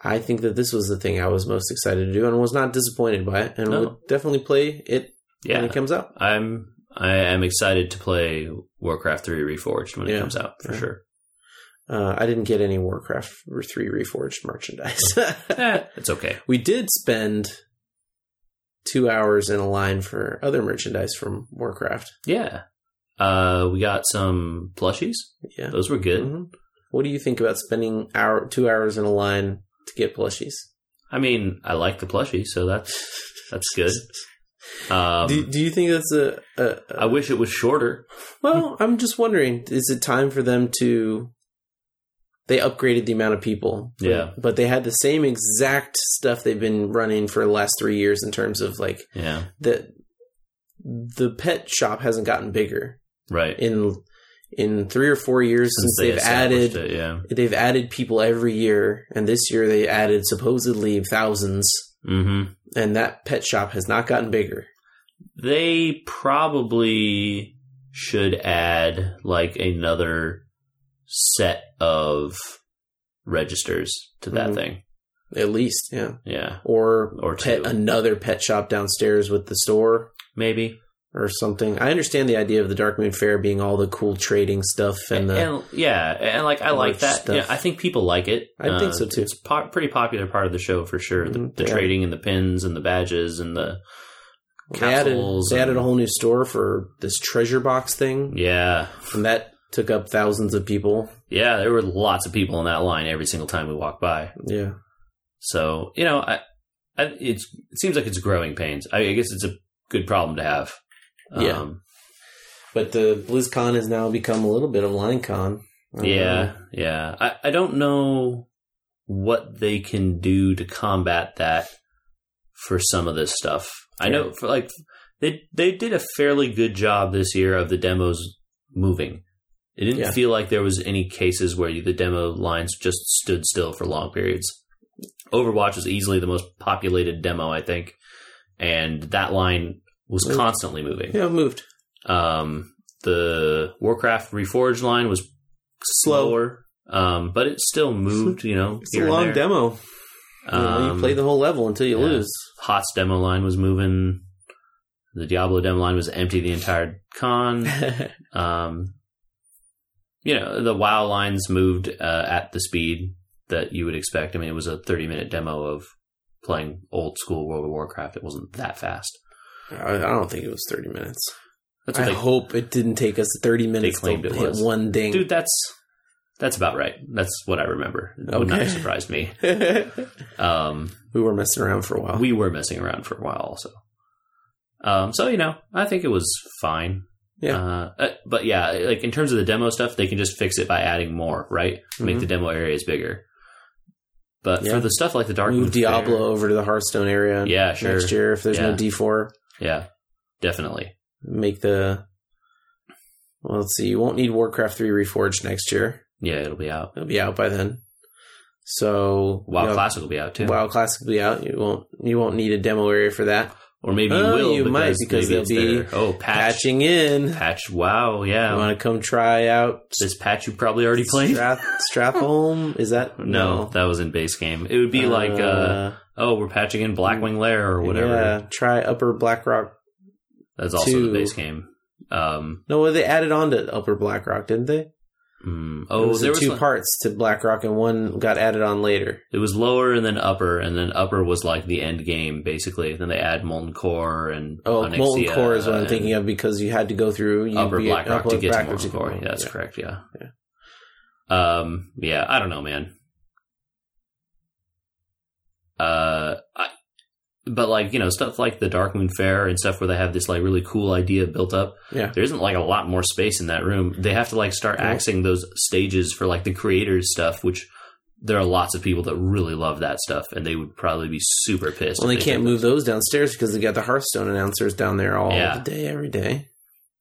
Speaker 1: I think that this was the thing I was most excited to do and was not disappointed by it, and
Speaker 2: No.
Speaker 1: would definitely play it
Speaker 2: Yeah.
Speaker 1: when it comes out.
Speaker 2: I'm I am excited to play Warcraft 3 Reforged when it
Speaker 1: Yeah.
Speaker 2: comes out for
Speaker 1: Yeah. <laughs>
Speaker 2: sure.
Speaker 1: Uh, I didn't get any Warcraft Three Reforged merchandise. <laughs>
Speaker 2: Eh, it's okay.
Speaker 1: we did spend two hours in a line for other merchandise from Warcraft.
Speaker 2: Yeah. Uh, we got some plushies.
Speaker 1: Yeah.
Speaker 2: Those were good.
Speaker 1: Mhm. What do you think about spending hour two hours in a line to get plushies?
Speaker 2: I mean, I like the plushie, so that's that's
Speaker 1: <laughs>
Speaker 2: good. Um,
Speaker 1: do Do you think that's a, a, a-
Speaker 2: I wish it was shorter.
Speaker 1: well? I'm just wondering. Is it time for them to? They upgraded the amount of people. but-
Speaker 2: Yeah.
Speaker 1: but they had the same exact stuff they've been running for the last three years in terms of like
Speaker 2: Yeah.
Speaker 1: the the pet shop hasn't gotten bigger
Speaker 2: Right.
Speaker 1: in in three or four years since,
Speaker 2: they
Speaker 1: they've
Speaker 2: established
Speaker 1: added
Speaker 2: it, yeah.
Speaker 1: they've added people every year, and this year they added supposedly thousands.
Speaker 2: Mm-hmm.
Speaker 1: and that pet shop has not gotten bigger.
Speaker 2: they probably should add like another set of registers to that
Speaker 1: Mhm.
Speaker 2: thing.
Speaker 1: At least, yeah.
Speaker 2: Yeah.
Speaker 1: Or
Speaker 2: Or
Speaker 1: pet
Speaker 2: two.
Speaker 1: another pet shop downstairs with the store
Speaker 2: Maybe.
Speaker 1: or something. I understand the idea of the Dark Moon Fair being all the cool trading stuff and the
Speaker 2: and yeah, and like I like
Speaker 1: merch
Speaker 2: that.
Speaker 1: stuff.
Speaker 2: Yeah, I think people like it. Uh,
Speaker 1: I think so, too.
Speaker 2: It's po- pretty popular part of the show for sure. The,
Speaker 1: Mhm,
Speaker 2: the
Speaker 1: yeah.
Speaker 2: trading and the pins and the badges and the
Speaker 1: they added
Speaker 2: capsules.
Speaker 1: they added a
Speaker 2: and-
Speaker 1: whole new store for this treasure box thing,
Speaker 2: Yeah,
Speaker 1: and that took up thousands of people.
Speaker 2: yeah. There were lots of people in that line every single time we walked by.
Speaker 1: Yeah,
Speaker 2: So you know, I, I it's Um, it seems like it's growing pains. I, I guess it's a good problem to have.
Speaker 1: Yeah. But the BlizzCon has now become a little bit of LineCon. Uh,
Speaker 2: Yeah, yeah. I, I don't know what they can do to combat that for some of this stuff. I know for like they they did a fairly good job this year of the demos moving. It didn't
Speaker 1: Yeah.
Speaker 2: feel like there was any cases where you, the demo lines just stood still for long periods. Overwatch was easily the most populated demo, I think, and that line was
Speaker 1: Really?
Speaker 2: constantly moving.
Speaker 1: Yeah, moved.
Speaker 2: Um, the Warcraft Reforged line was slower, um, but
Speaker 1: <laughs>
Speaker 2: it still moved. You know,
Speaker 1: It's
Speaker 2: here
Speaker 1: a
Speaker 2: and
Speaker 1: long
Speaker 2: there.
Speaker 1: demo. You know,
Speaker 2: Um,
Speaker 1: you play the whole level until you
Speaker 2: yeah. <laughs>
Speaker 1: lose.
Speaker 2: Hots demo line was moving. The Diablo demo line was empty the entire
Speaker 1: <laughs>
Speaker 2: con. Um, you know, the WoW lines moved uh, at the speed that you would expect. I mean, it was a 30 minute demo of playing old school World of Warcraft. It wasn't that fast.
Speaker 1: I, I don't think it was 30 minutes.
Speaker 2: That's
Speaker 1: I
Speaker 2: what they
Speaker 1: hope it didn't take us 30 minutes to
Speaker 2: claimed it
Speaker 1: hit
Speaker 2: was.
Speaker 1: one ding.
Speaker 2: dude that's that's about right that's what i remember it would not
Speaker 1: Okay.
Speaker 2: have surprised me
Speaker 1: <laughs> we
Speaker 2: um
Speaker 1: were messing around for a while.
Speaker 2: we were messing around for a while also um so you know i think it was fine
Speaker 1: Yeah.
Speaker 2: uh, uh, but yeah like in terms of the demo stuff they can just fix it by adding more right make
Speaker 1: Mhm.
Speaker 2: the demo areas bigger but
Speaker 1: Yeah.
Speaker 2: for the stuff like the dark
Speaker 1: Move
Speaker 2: Moon
Speaker 1: Diablo
Speaker 2: Fair-
Speaker 1: over to the Hearthstone area
Speaker 2: yeah sure
Speaker 1: next year if there's no
Speaker 2: Yeah.
Speaker 1: D4.
Speaker 2: yeah definitely
Speaker 1: Make the. Well, let's see. You won't need Warcraft 3 Reforged next year.
Speaker 2: yeah it'll be out
Speaker 1: It'll be out by then. So
Speaker 2: wow
Speaker 1: you know,
Speaker 2: classic will be out too
Speaker 1: WoW Classic will be out. You won't you won't need a demo area for that.
Speaker 2: or maybe you
Speaker 1: Oh,
Speaker 2: will
Speaker 1: you might, because
Speaker 2: maybe
Speaker 1: they'll
Speaker 2: it's there. oh patch
Speaker 1: Patching in.
Speaker 2: patch wow yeah
Speaker 1: You want to come try out
Speaker 2: this patch you probably already played?
Speaker 1: Strath, Stratholme? Is that
Speaker 2: <laughs> No, that was in base game. It would be like, uh, oh, we're patching in Blackwing Lair or whatever.
Speaker 1: Yeah, try Upper Blackrock.
Speaker 2: That's also
Speaker 1: Two.
Speaker 2: the base game. Um,
Speaker 1: No, well, they added on to Upper Blackrock, didn't they?
Speaker 2: mm,
Speaker 1: it
Speaker 2: oh,
Speaker 1: was in
Speaker 2: there was
Speaker 1: two
Speaker 2: like-
Speaker 1: parts to Blackrock, and one got added on later.
Speaker 2: It was lower and then upper, and then upper was like the end game basically. Then they add Molten Core and
Speaker 1: Oh,
Speaker 2: Onyxia
Speaker 1: Molten Core is what I'm
Speaker 2: and
Speaker 1: thinking of because you had to go through you'd
Speaker 2: uh, Upper
Speaker 1: be at
Speaker 2: Blackrock to
Speaker 1: Upper
Speaker 2: get
Speaker 1: Blackrock
Speaker 2: to Molten Core. Yeah, that's
Speaker 1: Yeah.
Speaker 2: correct. Yeah. yeah. Um. Yeah. I don't know, man. Uh. I, but like you know stuff like the Dark Moon Fair and stuff where they have this like really cool idea built up.
Speaker 1: Yeah.
Speaker 2: There isn't like a lot more space in that room. They have to like start
Speaker 1: Nope.
Speaker 2: axing those stages for like the creators stuff, which. There are lots of people that really love that stuff, and they would probably be super pissed.
Speaker 1: Well,
Speaker 2: if
Speaker 1: they can't
Speaker 2: couldn't-
Speaker 1: move those downstairs because they got the Hearthstone announcers down there all
Speaker 2: Yeah.
Speaker 1: the day, every day.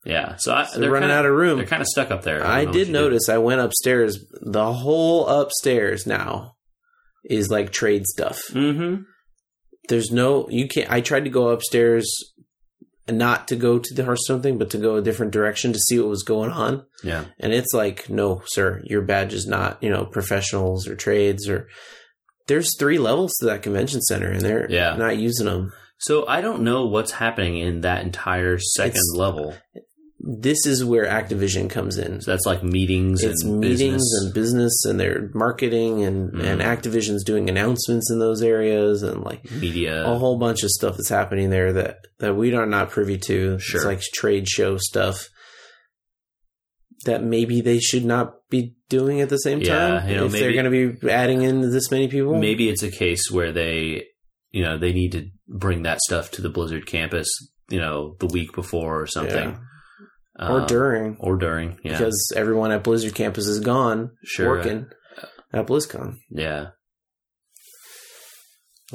Speaker 2: Yeah, so I,
Speaker 1: So
Speaker 2: they're
Speaker 1: they're running
Speaker 2: kinda,
Speaker 1: out of room.
Speaker 2: They're kind of stuck up there. don't
Speaker 1: I
Speaker 2: know what
Speaker 1: did
Speaker 2: you
Speaker 1: notice I went upstairs. The whole upstairs now is like trade stuff.
Speaker 2: Do. Mm-hmm.
Speaker 1: There's no you can't I tried to go upstairs not to go to the Hearthstone thing, but to go a different direction to see what was going on.
Speaker 2: Yeah.
Speaker 1: And it's like, no, sir, your badge is not, you know, professionals or trades or there's three levels to that convention center and they're
Speaker 2: Yeah.
Speaker 1: not using them.
Speaker 2: So I don't know what's happening in that entire second
Speaker 1: It's-
Speaker 2: level.
Speaker 1: This is where Activision comes in.
Speaker 2: So that's like meetings
Speaker 1: it's
Speaker 2: and
Speaker 1: meetings
Speaker 2: business.
Speaker 1: and business and their marketing and,
Speaker 2: Mm.
Speaker 1: and Activision's doing announcements in those areas and like
Speaker 2: media.
Speaker 1: a whole bunch of stuff that's happening there that that we are not privy to.
Speaker 2: Sure.
Speaker 1: It's like trade show stuff that maybe they should not be doing at the same
Speaker 2: Yeah,
Speaker 1: time
Speaker 2: you know,
Speaker 1: if
Speaker 2: maybe-
Speaker 1: they're going to be adding in this many people.
Speaker 2: Maybe it's a case where they, you know, they need to bring that stuff to the Blizzard campus, you know, the week before or something,
Speaker 1: or
Speaker 2: Um,
Speaker 1: during
Speaker 2: or during. Yeah,
Speaker 1: because everyone at Blizzard campus is gone
Speaker 2: sure. Uh,
Speaker 1: working at BlizzCon.
Speaker 2: Yeah,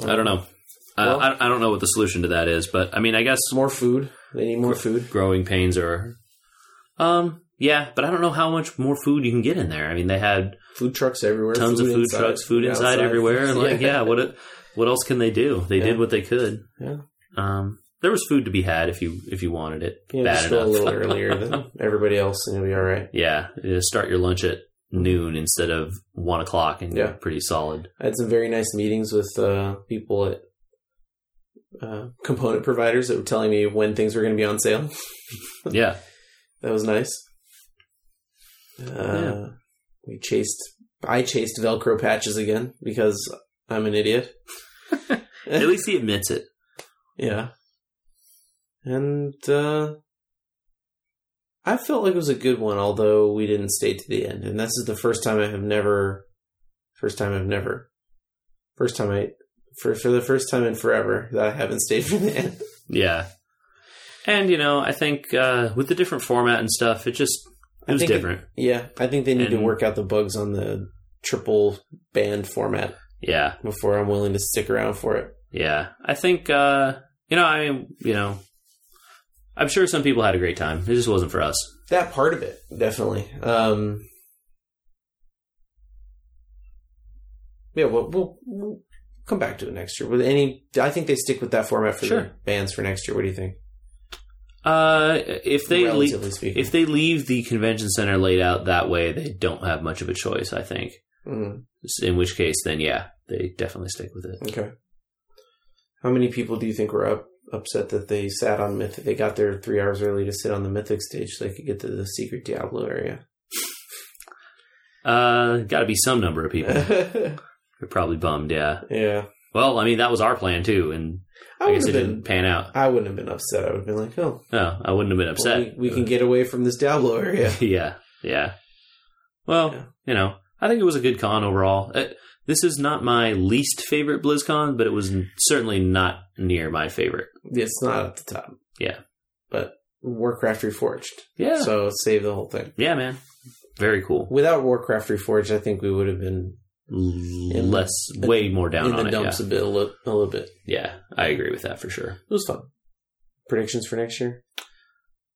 Speaker 2: I don't know.
Speaker 1: Well-
Speaker 2: I, I I don't know what the solution to that is, but I mean, I guess
Speaker 1: More food. They need more food.
Speaker 2: growing pains are. Um. Yeah, but I don't know how much more food you can get in there. I mean, they had
Speaker 1: Food trucks everywhere.
Speaker 2: tons of food
Speaker 1: inside,
Speaker 2: trucks, food inside
Speaker 1: outside.
Speaker 2: everywhere, and
Speaker 1: <laughs>
Speaker 2: like yeah, what e-, what else can they do? They
Speaker 1: Yeah.
Speaker 2: did what they could.
Speaker 1: Yeah.
Speaker 2: Um, there was food to be had if you if you wanted it
Speaker 1: Yeah,
Speaker 2: bad
Speaker 1: just go
Speaker 2: enough.
Speaker 1: a little <laughs>
Speaker 2: <laughs>
Speaker 1: earlier than everybody else, and you'll be all right.
Speaker 2: yeah, you start your lunch at noon instead of one o'clock, and
Speaker 1: Yeah.
Speaker 2: you're pretty solid.
Speaker 1: I had some very nice meetings with uh, people at uh, component providers that were telling me when things were going to be on sale. <laughs>
Speaker 2: Yeah,
Speaker 1: That was nice. Uh,
Speaker 2: Yeah.
Speaker 1: We chased. I chased Velcro patches again because I'm an idiot.
Speaker 2: <laughs>
Speaker 1: <laughs>
Speaker 2: at least he admits it.
Speaker 1: Yeah. And uh, I felt like it was a good one, although we didn't stay to the end. And this is the first time I have never, first time I've never, first time I, for for the first time in forever that I haven't stayed for the end.
Speaker 2: Yeah, And you know, I think uh, with the different format and stuff, it just it
Speaker 1: I
Speaker 2: was
Speaker 1: think it-
Speaker 2: different.
Speaker 1: <laughs> Yeah, I think they need to
Speaker 2: And-
Speaker 1: work out the bugs on the triple band format
Speaker 2: yeah,
Speaker 1: before I'm willing to stick around for it.
Speaker 2: yeah. I think uh, you know, I mean, you know, I'm sure some people had a great time. It just wasn't for us.
Speaker 1: That part of it, definitely.
Speaker 4: Um, yeah, we'll, we'll, we'll come back to it next year. With any, I think they stick with that format for
Speaker 2: Sure.
Speaker 4: the bands for next year. What do you think?
Speaker 2: Uh, if they leave,
Speaker 4: Relatively speaking,
Speaker 2: if they leave the convention center laid out that way, they don't have much of a choice. I think.
Speaker 4: Mm,
Speaker 2: In which case, then yeah, they definitely stick with it.
Speaker 4: okay.
Speaker 1: How many people do you think were up upset that they sat on Mythic? They got there three hours early to sit on the Mythic stage so they could get to the secret Diablo area. <laughs>
Speaker 2: Uh, got to be some number of people.
Speaker 1: Eh. yeah,
Speaker 2: They're probably bummed. Yeah. Well, I mean, that was our plan too, and I,
Speaker 1: I would
Speaker 2: guess it
Speaker 1: have
Speaker 2: didn't
Speaker 1: been.
Speaker 2: pan out.
Speaker 1: I wouldn't have been upset. I would have been like, oh,
Speaker 2: No, I wouldn't have been upset.
Speaker 1: well, we, we can get away from this Diablo area.
Speaker 2: <laughs> yeah, yeah. Well,
Speaker 1: Yeah.
Speaker 2: you know, I think it was a good con overall. Uh, this is not my least favorite BlizzCon, but it was n- certainly not near my favorite.
Speaker 1: It's not at the top.
Speaker 2: Yeah.
Speaker 1: but Warcraft Reforged.
Speaker 2: Yeah,
Speaker 1: So save the whole thing.
Speaker 2: yeah, man, very cool.
Speaker 1: Without Warcraft Reforged, I think we would have been
Speaker 2: L- Less, way more down
Speaker 1: Mm. in
Speaker 2: on
Speaker 1: the
Speaker 2: it.
Speaker 1: dumps
Speaker 2: Yeah.
Speaker 1: a bit, a little, a little bit.
Speaker 2: yeah, I agree with that for sure.
Speaker 1: It was fun. Predictions for next year?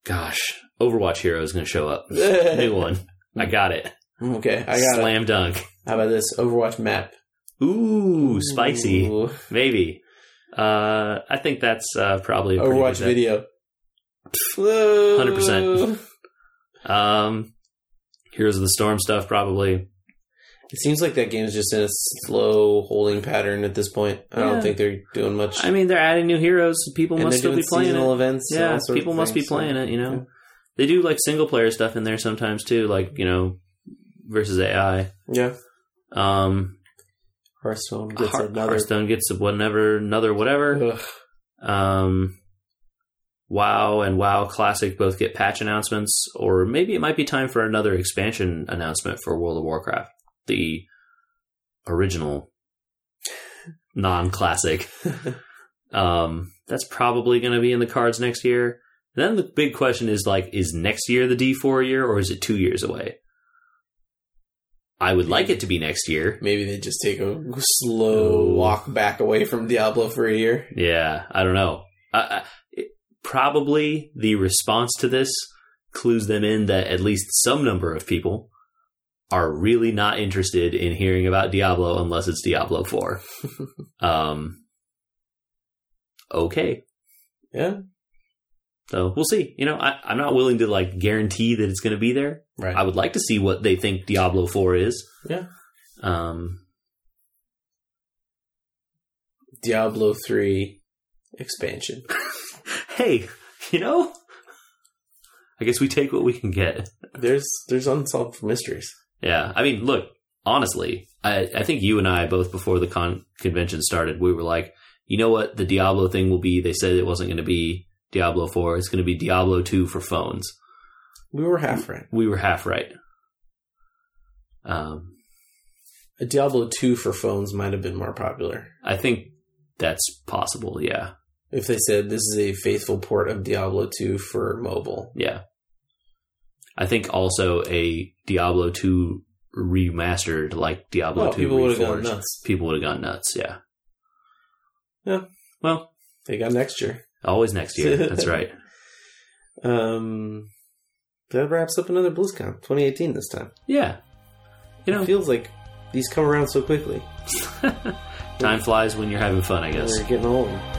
Speaker 2: Gosh, Overwatch Hero is going to show up.
Speaker 1: <laughs>
Speaker 2: New one. I got it.
Speaker 1: Okay, I got it.
Speaker 2: Slam dunk.
Speaker 1: How about this Overwatch map?
Speaker 2: Ooh, spicy.
Speaker 1: Ooh.
Speaker 2: Maybe. Uh, I think that's uh, probably a pretty
Speaker 1: Overwatch
Speaker 2: good bet.
Speaker 1: video.
Speaker 2: 100%. Um, Heroes of the Storm stuff, probably.
Speaker 1: It seems like that game's just in a slow holding pattern at this point. I
Speaker 2: Yeah.
Speaker 1: don't think they're doing much.
Speaker 2: I mean, they're adding new heroes. People
Speaker 1: And
Speaker 2: must
Speaker 1: they're
Speaker 2: still be
Speaker 1: doing
Speaker 2: playing
Speaker 1: seasonal
Speaker 2: it.
Speaker 1: events. and
Speaker 2: Yeah,
Speaker 1: all sorts
Speaker 2: people
Speaker 1: of
Speaker 2: must be
Speaker 1: things, so-
Speaker 2: playing it. You know,
Speaker 1: Yeah.
Speaker 2: they do like single player stuff in there sometimes too, like you know, versus AI.
Speaker 1: Yeah,
Speaker 2: Um,
Speaker 1: Hearthstone gets
Speaker 2: Heart-
Speaker 1: another.
Speaker 2: Hearthstone gets whatever, another whatever.
Speaker 1: Ugh.
Speaker 2: Um, WoW and WoW Classic both get patch announcements, or maybe it might be time for another expansion announcement for World of Warcraft, the original non-classic.
Speaker 1: <laughs>
Speaker 2: um, that's probably going to be in the cards next year. Then the big question is like, is next year the D4 year, or is it two years away? I would like it to be next year.
Speaker 1: Maybe they just take a slow
Speaker 2: Ooh.
Speaker 1: walk back away from Diablo for a year.
Speaker 2: Yeah, I don't know. I, I, it, probably the response to this clues them in that at least some number of people are really not interested in hearing about Diablo unless it's
Speaker 1: <laughs>
Speaker 2: Diablo 4. um, okay.
Speaker 1: Yeah.
Speaker 2: So we'll see. You know, I, I'm not willing to like guarantee that it's going to be there.
Speaker 1: Right.
Speaker 2: I would like to see what they think Diablo 4 is.
Speaker 1: Yeah.
Speaker 2: Um,
Speaker 1: Diablo 3 expansion.
Speaker 2: hey, you know, I guess we take what we can get.
Speaker 1: There's there's unsolved mysteries.
Speaker 2: Yeah, I mean, look, honestly, I, I think you and I both before the con- convention started, we were like, you know what, the Diablo thing will be. They said it wasn't going to be Diablo four; it's going to be Diablo two for phones.
Speaker 1: We were half right.
Speaker 2: We were half right. Um,
Speaker 1: A Diablo 2 for phones might have been more popular.
Speaker 2: I think that's possible. Yeah,
Speaker 1: If they said this is a faithful port of Diablo 2 for mobile.
Speaker 2: yeah. I think also a Diablo two remastered, like Diablo
Speaker 1: Oh,
Speaker 2: two,
Speaker 1: people would have gone
Speaker 2: reforged,
Speaker 1: nuts.
Speaker 2: People would have gone nuts. Yeah.
Speaker 1: Yeah.
Speaker 2: Well,
Speaker 1: They got next year.
Speaker 2: always next year. That's right.
Speaker 1: Um that wraps up another BlizzCon 2018 this time.
Speaker 2: Yeah. You know,
Speaker 1: It feels like
Speaker 2: <laughs>
Speaker 1: these come around so quickly.
Speaker 2: time flies when you're having fun, I guess.
Speaker 1: We're getting old.